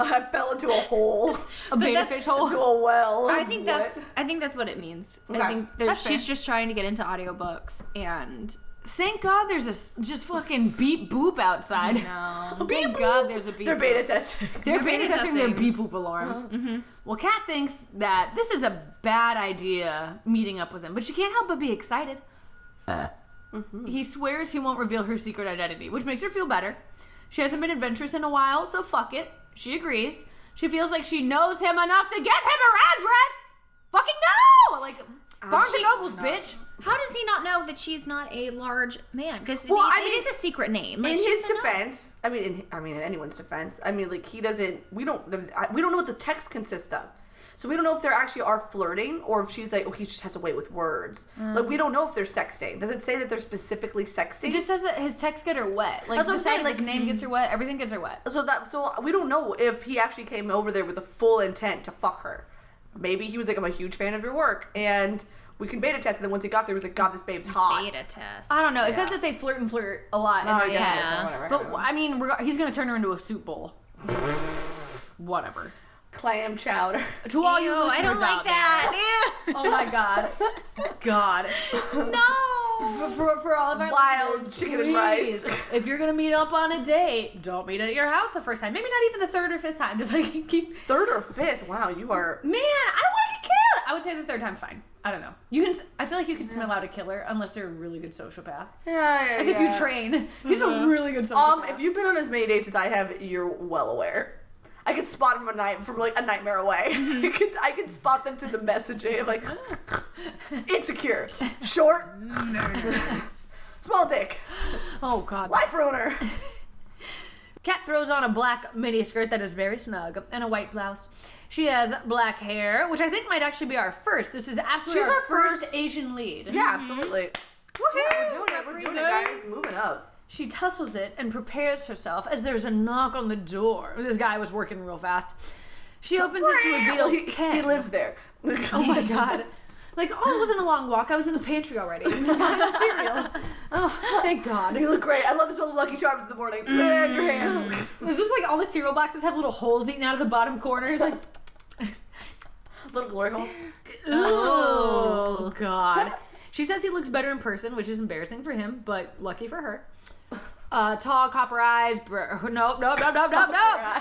[SPEAKER 3] I fell into a hole,
[SPEAKER 1] A beta
[SPEAKER 4] that's-
[SPEAKER 1] fish hole.
[SPEAKER 3] into a well.
[SPEAKER 4] Oh. I think
[SPEAKER 3] What?
[SPEAKER 4] that's I think that's what it means.
[SPEAKER 3] Okay.
[SPEAKER 4] I think there's,
[SPEAKER 1] That's fair.
[SPEAKER 4] she's just trying to get into audiobooks and
[SPEAKER 1] Thank God there's a s- just fucking beep boop outside.
[SPEAKER 4] no.
[SPEAKER 1] Thank
[SPEAKER 3] Beep
[SPEAKER 1] God there's a beep.
[SPEAKER 3] they're
[SPEAKER 1] boop.
[SPEAKER 3] beta testing.
[SPEAKER 1] They're
[SPEAKER 4] beta
[SPEAKER 1] beta testing their
[SPEAKER 4] testing.
[SPEAKER 1] beep boop
[SPEAKER 3] Uh-huh.
[SPEAKER 1] alarm. Well, Kat thinks that this is a bad idea meeting up with him, but she can't help but be excited.
[SPEAKER 3] Uh.
[SPEAKER 1] Mm-hmm. He swears he won't reveal her secret identity, which makes her feel better. She hasn't been adventurous in a while, so fuck it. She agrees. She feels like she knows him enough to give him her address. Fucking no! Like Barnes and Noble's bitch.
[SPEAKER 4] How does he not know that she's not a large man? Because
[SPEAKER 3] Well, I
[SPEAKER 4] it
[SPEAKER 3] mean,
[SPEAKER 4] is a secret name. Like,
[SPEAKER 3] in
[SPEAKER 4] she
[SPEAKER 3] his
[SPEAKER 4] doesn't know.
[SPEAKER 3] defense, I mean, in, I mean, in anyone's defense, I mean, like he doesn't. We don't. I- We don't know what the text consists of, so we don't know if they actually are flirting or if she's like, oh, he just has a way with words.
[SPEAKER 4] Mm.
[SPEAKER 3] Like we don't know if they're sexting. Does it say that they're specifically sexting?
[SPEAKER 1] It just says that his texts get her wet. Like
[SPEAKER 3] That's what I'm
[SPEAKER 1] the
[SPEAKER 3] saying,
[SPEAKER 1] fact
[SPEAKER 3] like-
[SPEAKER 1] his name gets her wet. Everything gets her wet.
[SPEAKER 3] so that so we don't know if he actually came over there with the full intent to fuck her. Maybe he was like, I'm a huge fan of your work, and we can beta test. And then once he got there, he was like, God, this babe's hot.
[SPEAKER 4] beta test.
[SPEAKER 1] I don't know. It says that they flirt and flirt a lot in
[SPEAKER 3] Oh,
[SPEAKER 1] their
[SPEAKER 3] yeah,
[SPEAKER 1] text.
[SPEAKER 3] yeah, whatever.
[SPEAKER 1] But I mean, reg- he's gonna turn her into a soup bowl. whatever.
[SPEAKER 3] Clam chowder.
[SPEAKER 1] To all you
[SPEAKER 4] Ew,
[SPEAKER 1] listeners
[SPEAKER 4] I don't like
[SPEAKER 1] out there.
[SPEAKER 4] that. Ew.
[SPEAKER 1] Oh my god, God.
[SPEAKER 4] no.
[SPEAKER 1] For, for, for all of our
[SPEAKER 3] Wild
[SPEAKER 1] listeners,
[SPEAKER 3] chicken and
[SPEAKER 1] please,
[SPEAKER 3] rice.
[SPEAKER 1] If you're gonna meet up on a date, don't meet at your house the first time. Maybe not even the third or fifth time. Just like keep.
[SPEAKER 3] Third or fifth? Wow, you are.
[SPEAKER 1] Man, I don't want to get killed. I would say the third time's fine. I don't know. You can. I feel like you can smell out a killer unless they're a really good sociopath.
[SPEAKER 3] Yeah, yeah,
[SPEAKER 1] As if
[SPEAKER 3] yeah.
[SPEAKER 1] you train, he's a really good sociopath.
[SPEAKER 3] Um, if you've been on as many dates as I have, you're well aware. I could spot from a night from like a nightmare away.
[SPEAKER 1] Mm-hmm.
[SPEAKER 3] you could I could spot them through the messaging. Like insecure, short, Small dick.
[SPEAKER 1] Oh god.
[SPEAKER 3] Life ruiner.
[SPEAKER 1] Kat throws on a black miniskirt that is very snug and a white blouse. She has black hair, which I think might actually be our first. This is absolutely
[SPEAKER 3] She's
[SPEAKER 1] our,
[SPEAKER 3] our
[SPEAKER 1] first,
[SPEAKER 3] first-
[SPEAKER 1] Asian lead.
[SPEAKER 3] Yeah, absolutely. Yeah, we're doing it. We're doing it, guys. Moving up.
[SPEAKER 1] She tussles it and prepares herself as there's a knock on the door. This guy was working real fast. She opens it to reveal
[SPEAKER 3] he,
[SPEAKER 1] Ken.
[SPEAKER 3] he lives there.
[SPEAKER 1] Oh my god. Like, oh, it wasn't a long walk. I was in the pantry already. Cereal. Oh, thank God.
[SPEAKER 3] You look great. I love this little Lucky Charms in the morning. Man,
[SPEAKER 1] Mm-hmm.
[SPEAKER 3] your hands.
[SPEAKER 1] This is like all the cereal boxes have little holes eaten out of the bottom corners. Like,
[SPEAKER 3] little glory holes.
[SPEAKER 1] oh God. She says he looks better in person, which is embarrassing for him, but lucky for her. Uh, tall copper eyes. Br- nope, nope, nope, nope, nope,
[SPEAKER 3] Copper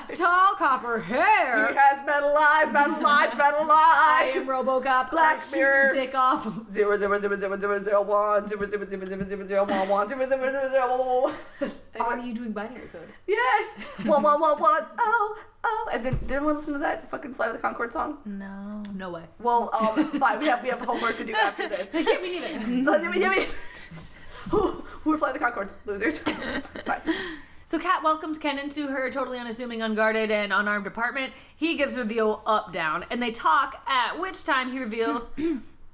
[SPEAKER 1] nope. Tall copper hair.
[SPEAKER 3] He has metal eyes, metal eyes, metal
[SPEAKER 1] I am
[SPEAKER 3] eyes.
[SPEAKER 1] RoboCop.
[SPEAKER 3] Black
[SPEAKER 1] I'll shoot
[SPEAKER 3] Mirror.
[SPEAKER 1] your Dick off.
[SPEAKER 3] Zero zero zero zero zero zero one zero zero zero zero zero zero one one zero zero zero zero one one.
[SPEAKER 1] Are
[SPEAKER 3] one.
[SPEAKER 1] you doing binary code?
[SPEAKER 3] Yes. One one one one. Oh oh. And did, did everyone listen to that fucking Flight of the Concord song?
[SPEAKER 4] No.
[SPEAKER 1] No way.
[SPEAKER 3] Well, um, fine. We have we have homework to do after this.
[SPEAKER 1] Can't be neither.
[SPEAKER 3] Let me- let me- Who- We're flying the Concords. Losers. Fine.
[SPEAKER 1] So Kat welcomes Ken into her totally unassuming, unguarded, and unarmed apartment. He gives her the old up down, and they talk. At which time he reveals,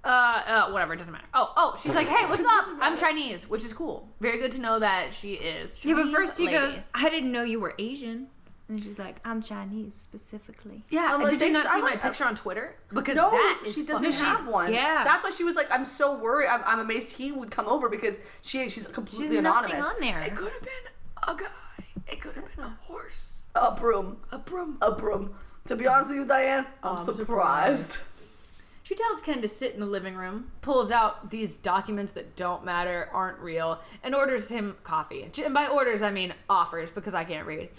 [SPEAKER 1] uh, uh, whatever, it doesn't matter. Oh, oh, she's like, hey, what's up? I'm Chinese, which is cool. Very good to know that she is.
[SPEAKER 4] Yeah, but
[SPEAKER 1] Chinese
[SPEAKER 4] first he
[SPEAKER 1] lady.
[SPEAKER 4] goes, I didn't know you were Asian. And she's like, I'm Chinese specifically.
[SPEAKER 1] Yeah,
[SPEAKER 3] I'm like,
[SPEAKER 1] did you
[SPEAKER 3] thanks,
[SPEAKER 1] not see
[SPEAKER 3] I'm
[SPEAKER 1] my
[SPEAKER 3] like-
[SPEAKER 1] picture on Twitter? Because
[SPEAKER 3] No,
[SPEAKER 1] that is
[SPEAKER 3] she doesn't
[SPEAKER 1] fucking-
[SPEAKER 4] she-
[SPEAKER 3] have one.
[SPEAKER 4] yeah.
[SPEAKER 3] that's why she was like, "I'm so worried. I'm, I'm amazed he would come over because she she's completely
[SPEAKER 4] She's nothing
[SPEAKER 3] anonymous."
[SPEAKER 4] on there.
[SPEAKER 3] could have been a guy. It could have been a horse. A broom. A broom. A broom. To be honest with you, Diane, I'm, surprised.
[SPEAKER 1] She tells Ken to sit in the living room, pulls out these documents that don't matter, aren't real, and orders him coffee. And by orders, I mean offers because I can't read.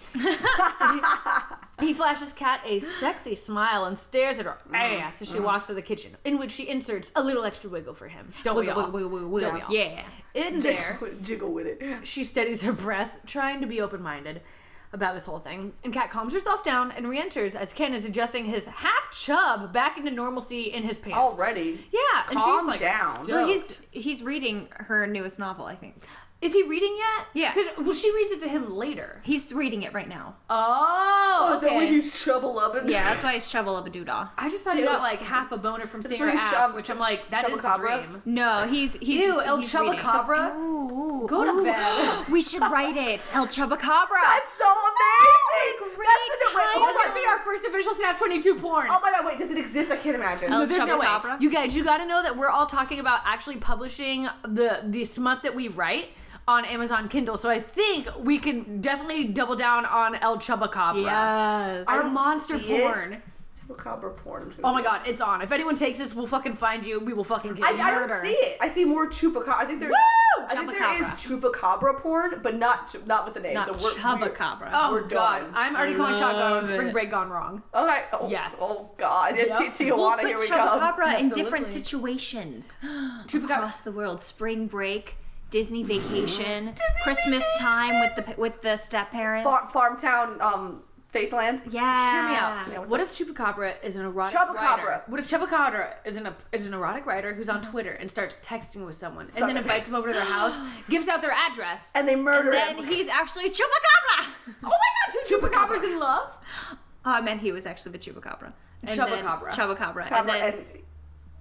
[SPEAKER 1] he flashes Kat a sexy smile and stares at her
[SPEAKER 4] Mm.
[SPEAKER 1] ass as she walks to the kitchen, in which she inserts a little extra wiggle for him. Don't we all? Don't we all?
[SPEAKER 4] Yeah.
[SPEAKER 1] In there,
[SPEAKER 3] Jiggle with it.
[SPEAKER 1] she steadies her breath, trying to be open minded about this whole thing. And Kat calms herself down and re enters as Ken is adjusting his half chub back into normalcy in his pants.
[SPEAKER 3] Already.
[SPEAKER 1] Yeah, and
[SPEAKER 3] Calm
[SPEAKER 1] she's like,
[SPEAKER 3] down.
[SPEAKER 1] stoked.
[SPEAKER 4] Well, he's he's reading her newest novel, I think.
[SPEAKER 1] is he reading yet?
[SPEAKER 4] Yeah.
[SPEAKER 1] because well, she reads it to him later.
[SPEAKER 4] He's reading it right now.
[SPEAKER 1] Oh,
[SPEAKER 3] Oh, the way
[SPEAKER 1] okay.
[SPEAKER 3] he's trouble up and
[SPEAKER 4] Yeah, that's why he's Trouble of a Doodah.
[SPEAKER 1] I just thought he
[SPEAKER 3] Ew.
[SPEAKER 1] got like half a boner from seeing
[SPEAKER 3] where
[SPEAKER 1] her
[SPEAKER 3] he's
[SPEAKER 1] ass,
[SPEAKER 3] chub-
[SPEAKER 1] which I'm like, that is the
[SPEAKER 3] chubacabra.
[SPEAKER 1] dream.
[SPEAKER 4] No, he's he's
[SPEAKER 1] Ew, El
[SPEAKER 4] he's reading.
[SPEAKER 1] Chubacabra.
[SPEAKER 4] Ooh,
[SPEAKER 1] Go to
[SPEAKER 4] ooh.
[SPEAKER 1] bed.
[SPEAKER 4] we should write it. El Chubacabra.
[SPEAKER 3] That's so amazing.
[SPEAKER 4] great
[SPEAKER 3] that's the wait,
[SPEAKER 1] That
[SPEAKER 3] hold
[SPEAKER 1] could
[SPEAKER 3] on.
[SPEAKER 1] be our first official Snatch 22 porn.
[SPEAKER 3] Oh my god, wait, does it exist? I can't imagine.
[SPEAKER 4] Oh,
[SPEAKER 1] No, there's no way.
[SPEAKER 4] Chupacabra?
[SPEAKER 1] You guys, you got to know that we're all talking about actually publishing the the smut that we write on Amazon Kindle. So I think we can definitely double down on El Chubacabra.
[SPEAKER 4] yes.
[SPEAKER 1] Our
[SPEAKER 3] don't
[SPEAKER 1] monster
[SPEAKER 3] see it.
[SPEAKER 1] porn.
[SPEAKER 3] Chupacabra porn. I'm just gonna
[SPEAKER 1] Oh my
[SPEAKER 3] say.
[SPEAKER 1] god, it's on. If anyone takes this, we'll fucking find you. We will fucking
[SPEAKER 3] I,
[SPEAKER 1] get you.
[SPEAKER 3] I don't see it. I see more chupacabra. I think there's.
[SPEAKER 1] Woo!
[SPEAKER 3] I think there is chupacabra porn, but not chu- not with the name.
[SPEAKER 4] Not
[SPEAKER 3] so we're,
[SPEAKER 4] Chubacabra.
[SPEAKER 1] oh
[SPEAKER 3] we're
[SPEAKER 1] god,
[SPEAKER 3] done.
[SPEAKER 1] I'm already
[SPEAKER 4] I
[SPEAKER 1] calling shotgun on
[SPEAKER 4] love
[SPEAKER 1] spring
[SPEAKER 4] it.
[SPEAKER 1] break gone wrong.
[SPEAKER 3] We're, okay. Oh,
[SPEAKER 1] Yes.
[SPEAKER 3] Oh god. Yeah,
[SPEAKER 1] Yep.
[SPEAKER 3] T-
[SPEAKER 4] We'll
[SPEAKER 3] Tijuana.
[SPEAKER 4] put
[SPEAKER 3] here we
[SPEAKER 4] Chupacabra
[SPEAKER 3] go.
[SPEAKER 4] in different
[SPEAKER 1] Absolutely.
[SPEAKER 4] situations
[SPEAKER 1] Chupacabra-
[SPEAKER 4] across the world. Spring break, Disney vacation, Christmas time with the pa- with the step parents.
[SPEAKER 3] Far, farm town, um, Faithland.
[SPEAKER 4] yeah.
[SPEAKER 1] Hear me out.
[SPEAKER 3] what's
[SPEAKER 1] what if Chupacabra is an erotic
[SPEAKER 3] Chupacabra.
[SPEAKER 1] writer? What if Chupacabra is an is an erotic writer who's on Twitter and starts texting with someone and then
[SPEAKER 3] Sorry.
[SPEAKER 1] invites them over to their house, gives out their address?
[SPEAKER 3] And they murder
[SPEAKER 4] Then
[SPEAKER 3] him.
[SPEAKER 4] he's actually Chupacabra.
[SPEAKER 1] oh my god, two Chupacabra's in love?
[SPEAKER 4] Oh, I meant he was actually the Chupacabra. And then-
[SPEAKER 1] Chubacabra.
[SPEAKER 4] Chubacabra.
[SPEAKER 3] Chupacabra
[SPEAKER 4] And then
[SPEAKER 3] and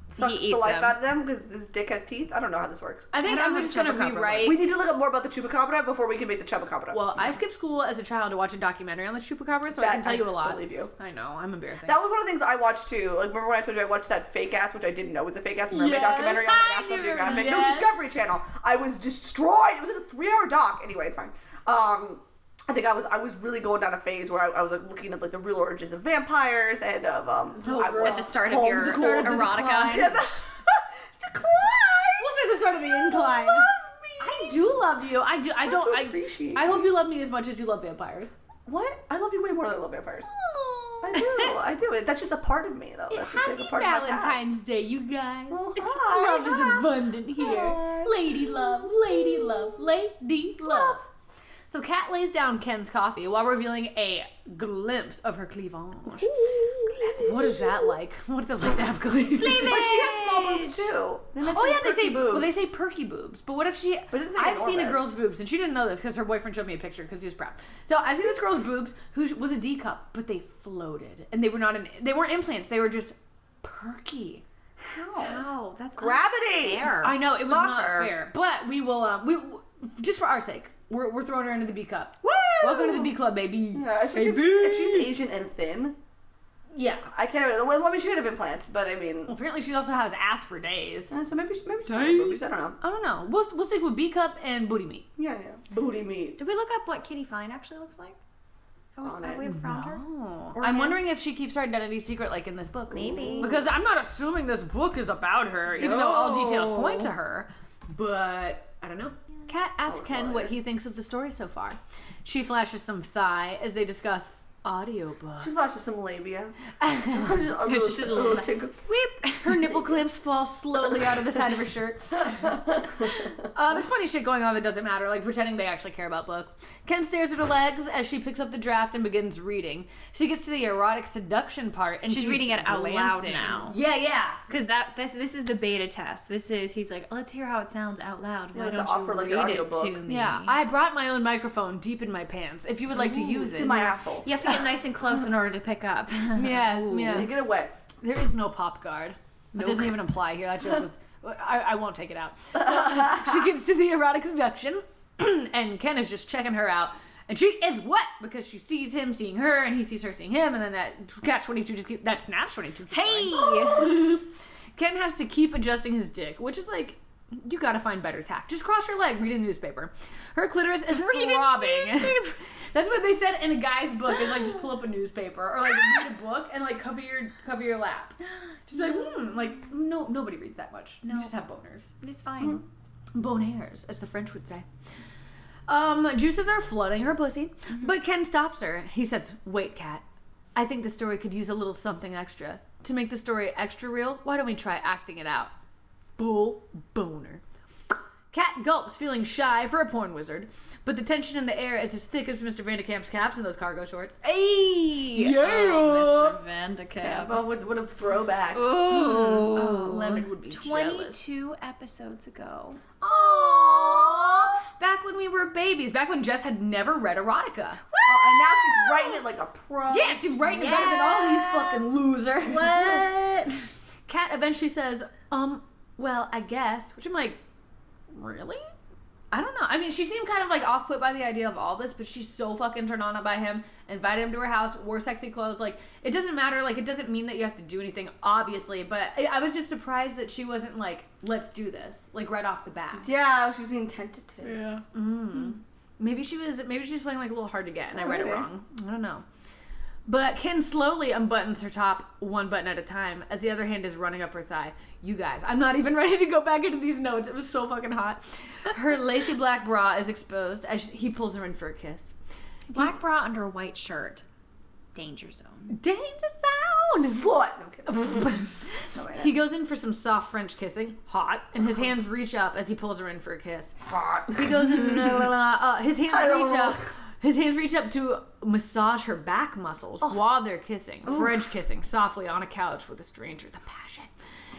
[SPEAKER 3] sucks the
[SPEAKER 4] eats
[SPEAKER 3] life
[SPEAKER 4] them.
[SPEAKER 3] out of them because this dick has teeth. I don't know how this works.
[SPEAKER 1] I think
[SPEAKER 4] I don't
[SPEAKER 1] I'm
[SPEAKER 4] know
[SPEAKER 1] just
[SPEAKER 4] how
[SPEAKER 1] gonna
[SPEAKER 4] Chupacabra
[SPEAKER 1] rewrite.
[SPEAKER 3] We need to look up more about the chupacabra before we can make the chupacabra.
[SPEAKER 1] well, I skipped school as a child to watch a documentary on the Chupacabra, so I
[SPEAKER 3] That-
[SPEAKER 1] can tell
[SPEAKER 3] I
[SPEAKER 1] you a lot.
[SPEAKER 3] believe you.
[SPEAKER 1] I know, I'm embarrassing.
[SPEAKER 3] That was one of the things I watched too. Like, remember when I told you I watched that fake ass, which I didn't know was a fake ass mermaid
[SPEAKER 1] Yes,
[SPEAKER 3] documentary on
[SPEAKER 1] I
[SPEAKER 3] the National
[SPEAKER 1] do
[SPEAKER 3] Geographic?
[SPEAKER 1] remember.
[SPEAKER 3] No, Discovery Channel. I was destroyed. It was like a three hour doc. Anyway, it's fine. Um, I think I was I was really going down a phase where I, I was like looking at like the real origins of vampires and of um I
[SPEAKER 4] at
[SPEAKER 3] want
[SPEAKER 4] the start of your
[SPEAKER 3] homeschooled.
[SPEAKER 4] erotica.
[SPEAKER 3] Yeah, the, decline.
[SPEAKER 1] Wasn't it the start of the incline?
[SPEAKER 3] Love me.
[SPEAKER 1] I do love you. I do. I don't.
[SPEAKER 3] do
[SPEAKER 1] I
[SPEAKER 3] appreciate
[SPEAKER 1] I hope you love me as much as you love vampires.
[SPEAKER 3] What? I love you way more than I love vampires. I do. I do. That's just a part of me though. That's just like
[SPEAKER 1] Happy
[SPEAKER 3] a part of my past.
[SPEAKER 1] Valentine's Day, you guys.
[SPEAKER 3] Well,
[SPEAKER 1] It's-
[SPEAKER 3] hi,
[SPEAKER 1] love is
[SPEAKER 3] hi.
[SPEAKER 1] abundant here.
[SPEAKER 3] Hi.
[SPEAKER 1] Lady love, lady love, lady love.
[SPEAKER 3] Love.
[SPEAKER 1] So Kat lays down Ken's coffee while revealing a glimpse of her cleavage. What is that like? What's it like to have cleavage?
[SPEAKER 3] But she has small boobs too. They
[SPEAKER 1] Oh
[SPEAKER 3] mentioned
[SPEAKER 1] yeah, they
[SPEAKER 3] perky
[SPEAKER 1] say
[SPEAKER 3] boobs.
[SPEAKER 1] Well, they say perky boobs, but what if she?
[SPEAKER 3] But it doesn't say
[SPEAKER 1] I've seen a
[SPEAKER 3] enormous.
[SPEAKER 1] girl's boobs, and she didn't know this because her boyfriend showed me a picture because he was proud. So I've seen this girl's boobs, who sh- was a D cup, but they floated, and they were not an, they weren't implants. They were just perky.
[SPEAKER 3] how?
[SPEAKER 4] Wow, Oh, that's
[SPEAKER 3] Gravity.
[SPEAKER 4] unfair.
[SPEAKER 1] I know it was
[SPEAKER 3] Fuck
[SPEAKER 1] not
[SPEAKER 3] her.
[SPEAKER 1] fair, but we will. Um, we just for our sake, we're, we're throwing her into the B cup.
[SPEAKER 3] Woo!
[SPEAKER 1] Welcome to the B club, baby.
[SPEAKER 3] Yeah, especially if she's, if she's Asian and thin.
[SPEAKER 1] Yeah.
[SPEAKER 3] I can't. Well, I mean, she could have implants, but I mean,
[SPEAKER 1] Well, apparently she also has ass for days.
[SPEAKER 3] uh, so maybe she, maybe she has boobies. I don't know.
[SPEAKER 1] I don't know. We'll we'll stick with B cup and booty meat.
[SPEAKER 3] Yeah, yeah. Booty meat.
[SPEAKER 4] Did we look up what Kitty Fine actually looks like? Have
[SPEAKER 3] On
[SPEAKER 4] we, have
[SPEAKER 3] it.
[SPEAKER 4] we found her?
[SPEAKER 1] Oh,
[SPEAKER 4] Or
[SPEAKER 1] I'm
[SPEAKER 4] him.
[SPEAKER 1] wondering if she keeps her identity secret, like in this book.
[SPEAKER 4] Maybe.
[SPEAKER 1] Because I'm not assuming this book is about her, even though all details point to her. But I don't know. Kat asks Ken what he thinks of the story so far. She flashes some thigh as they discuss audiobooks.
[SPEAKER 3] She flashes some labia. She flashes a
[SPEAKER 1] She
[SPEAKER 3] little,
[SPEAKER 1] should
[SPEAKER 3] a little tinkle.
[SPEAKER 4] Weep.
[SPEAKER 1] Her nipple clamps fall slowly out of the side of her shirt. Uh, there's funny shit going on that doesn't matter, like pretending they actually care about books. Ken stares at her legs as she picks up the draft and begins reading. She gets to the erotic seduction part and
[SPEAKER 4] She's
[SPEAKER 1] keeps
[SPEAKER 4] reading it out loud
[SPEAKER 1] glancing.
[SPEAKER 4] now.
[SPEAKER 1] Yeah, yeah.
[SPEAKER 4] Because that this this is the beta test. This is he's like, let's hear how it sounds out loud. Why
[SPEAKER 3] like the
[SPEAKER 4] don't
[SPEAKER 3] offer,
[SPEAKER 4] you
[SPEAKER 3] like,
[SPEAKER 4] read
[SPEAKER 3] an
[SPEAKER 4] it
[SPEAKER 3] audiobook.
[SPEAKER 4] to me?
[SPEAKER 1] Yeah, I brought my own microphone deep in my pants. If you would like to use
[SPEAKER 3] It's
[SPEAKER 1] it,
[SPEAKER 3] in my asshole.
[SPEAKER 4] you have to get nice and close in order to pick up.
[SPEAKER 1] yes,
[SPEAKER 3] You
[SPEAKER 1] yes.
[SPEAKER 3] get away.
[SPEAKER 1] There is no pop guard. That doesn't even apply here. That joke was. I, I won't take it out. she gets to the erotic seduction, and Ken is just checking her out. And she is what? Because she sees him seeing her, and he sees her seeing him, and then that catch 22 just keep, that snatch 22. keeps going.
[SPEAKER 4] hey,
[SPEAKER 1] Ken has to keep adjusting his dick, which is like, you gotta find better tact. Just cross your leg, read a newspaper. Her clitoris is
[SPEAKER 4] Read a
[SPEAKER 1] throbbing.
[SPEAKER 4] newspaper.
[SPEAKER 1] That's what they said in a guy's book is like just pull up a newspaper or like read a book and like cover your cover your lap. Just be like, hmm, like no nobody reads that much. You
[SPEAKER 4] No.
[SPEAKER 1] just have boners.
[SPEAKER 4] it's fine.
[SPEAKER 1] Bonairs, as the French would say. Um, juices are flooding her pussy, but Ken stops her. He says, Wait, Kat, I think the story could use a little something extra. To make the story extra real, why don't we try acting it out? Full boner. Kat gulps, feeling shy for a porn wizard, but the tension in the air is as thick as Mr. Vandekamp's calves in those cargo shorts.
[SPEAKER 4] Hey,
[SPEAKER 1] Yeah.
[SPEAKER 4] oh, Mr. Vandekamp.
[SPEAKER 3] But what, what a throwback.
[SPEAKER 1] Oh, Lemon would be jealous.
[SPEAKER 4] Twenty-two episodes ago.
[SPEAKER 1] Aww. Back when we were babies, back when Jess had never read erotica.
[SPEAKER 3] Oh, and now she's writing it like a pro.
[SPEAKER 1] Yeah, she's right in better than all these fucking losers.
[SPEAKER 4] What?
[SPEAKER 1] Kat eventually says, um, well, I guess. Which I'm like, really? I don't know. I mean, she seemed kind of like off put by the idea of all this, but she's so fucking turned on by him, invited him to her house, wore sexy clothes. Like, it doesn't matter. Like, it doesn't mean that you have to do anything, obviously, but I, I was just surprised that she wasn't like, let's do this, like right off the bat. Mm.
[SPEAKER 3] Yeah, she's being tentative. Yeah.
[SPEAKER 1] Maybe she was maybe she was playing like a little hard to get and I read it
[SPEAKER 3] Maybe.
[SPEAKER 1] wrong. I don't know. But Ken slowly unbuttons her top one button at a time as the other hand is running up her thigh. You guys, I'm not even ready to go back into these notes. It was so fucking hot. Her lacy black bra is exposed as he pulls her in for a kiss.
[SPEAKER 4] Black bra under a white shirt. Danger zone.
[SPEAKER 1] Danger sound!
[SPEAKER 3] Slut. No, I'm kidding. No, wait,
[SPEAKER 1] he goes in for some soft French kissing, hot, and his hands reach up as he pulls her in for a kiss.
[SPEAKER 3] hot.
[SPEAKER 1] He goes in. uh, his hands
[SPEAKER 3] I don't
[SPEAKER 1] reach
[SPEAKER 3] know.
[SPEAKER 1] up. His hands reach up to massage her back muscles
[SPEAKER 3] Oh.
[SPEAKER 1] while they're kissing, French kissing, softly on a couch with a stranger. The passion.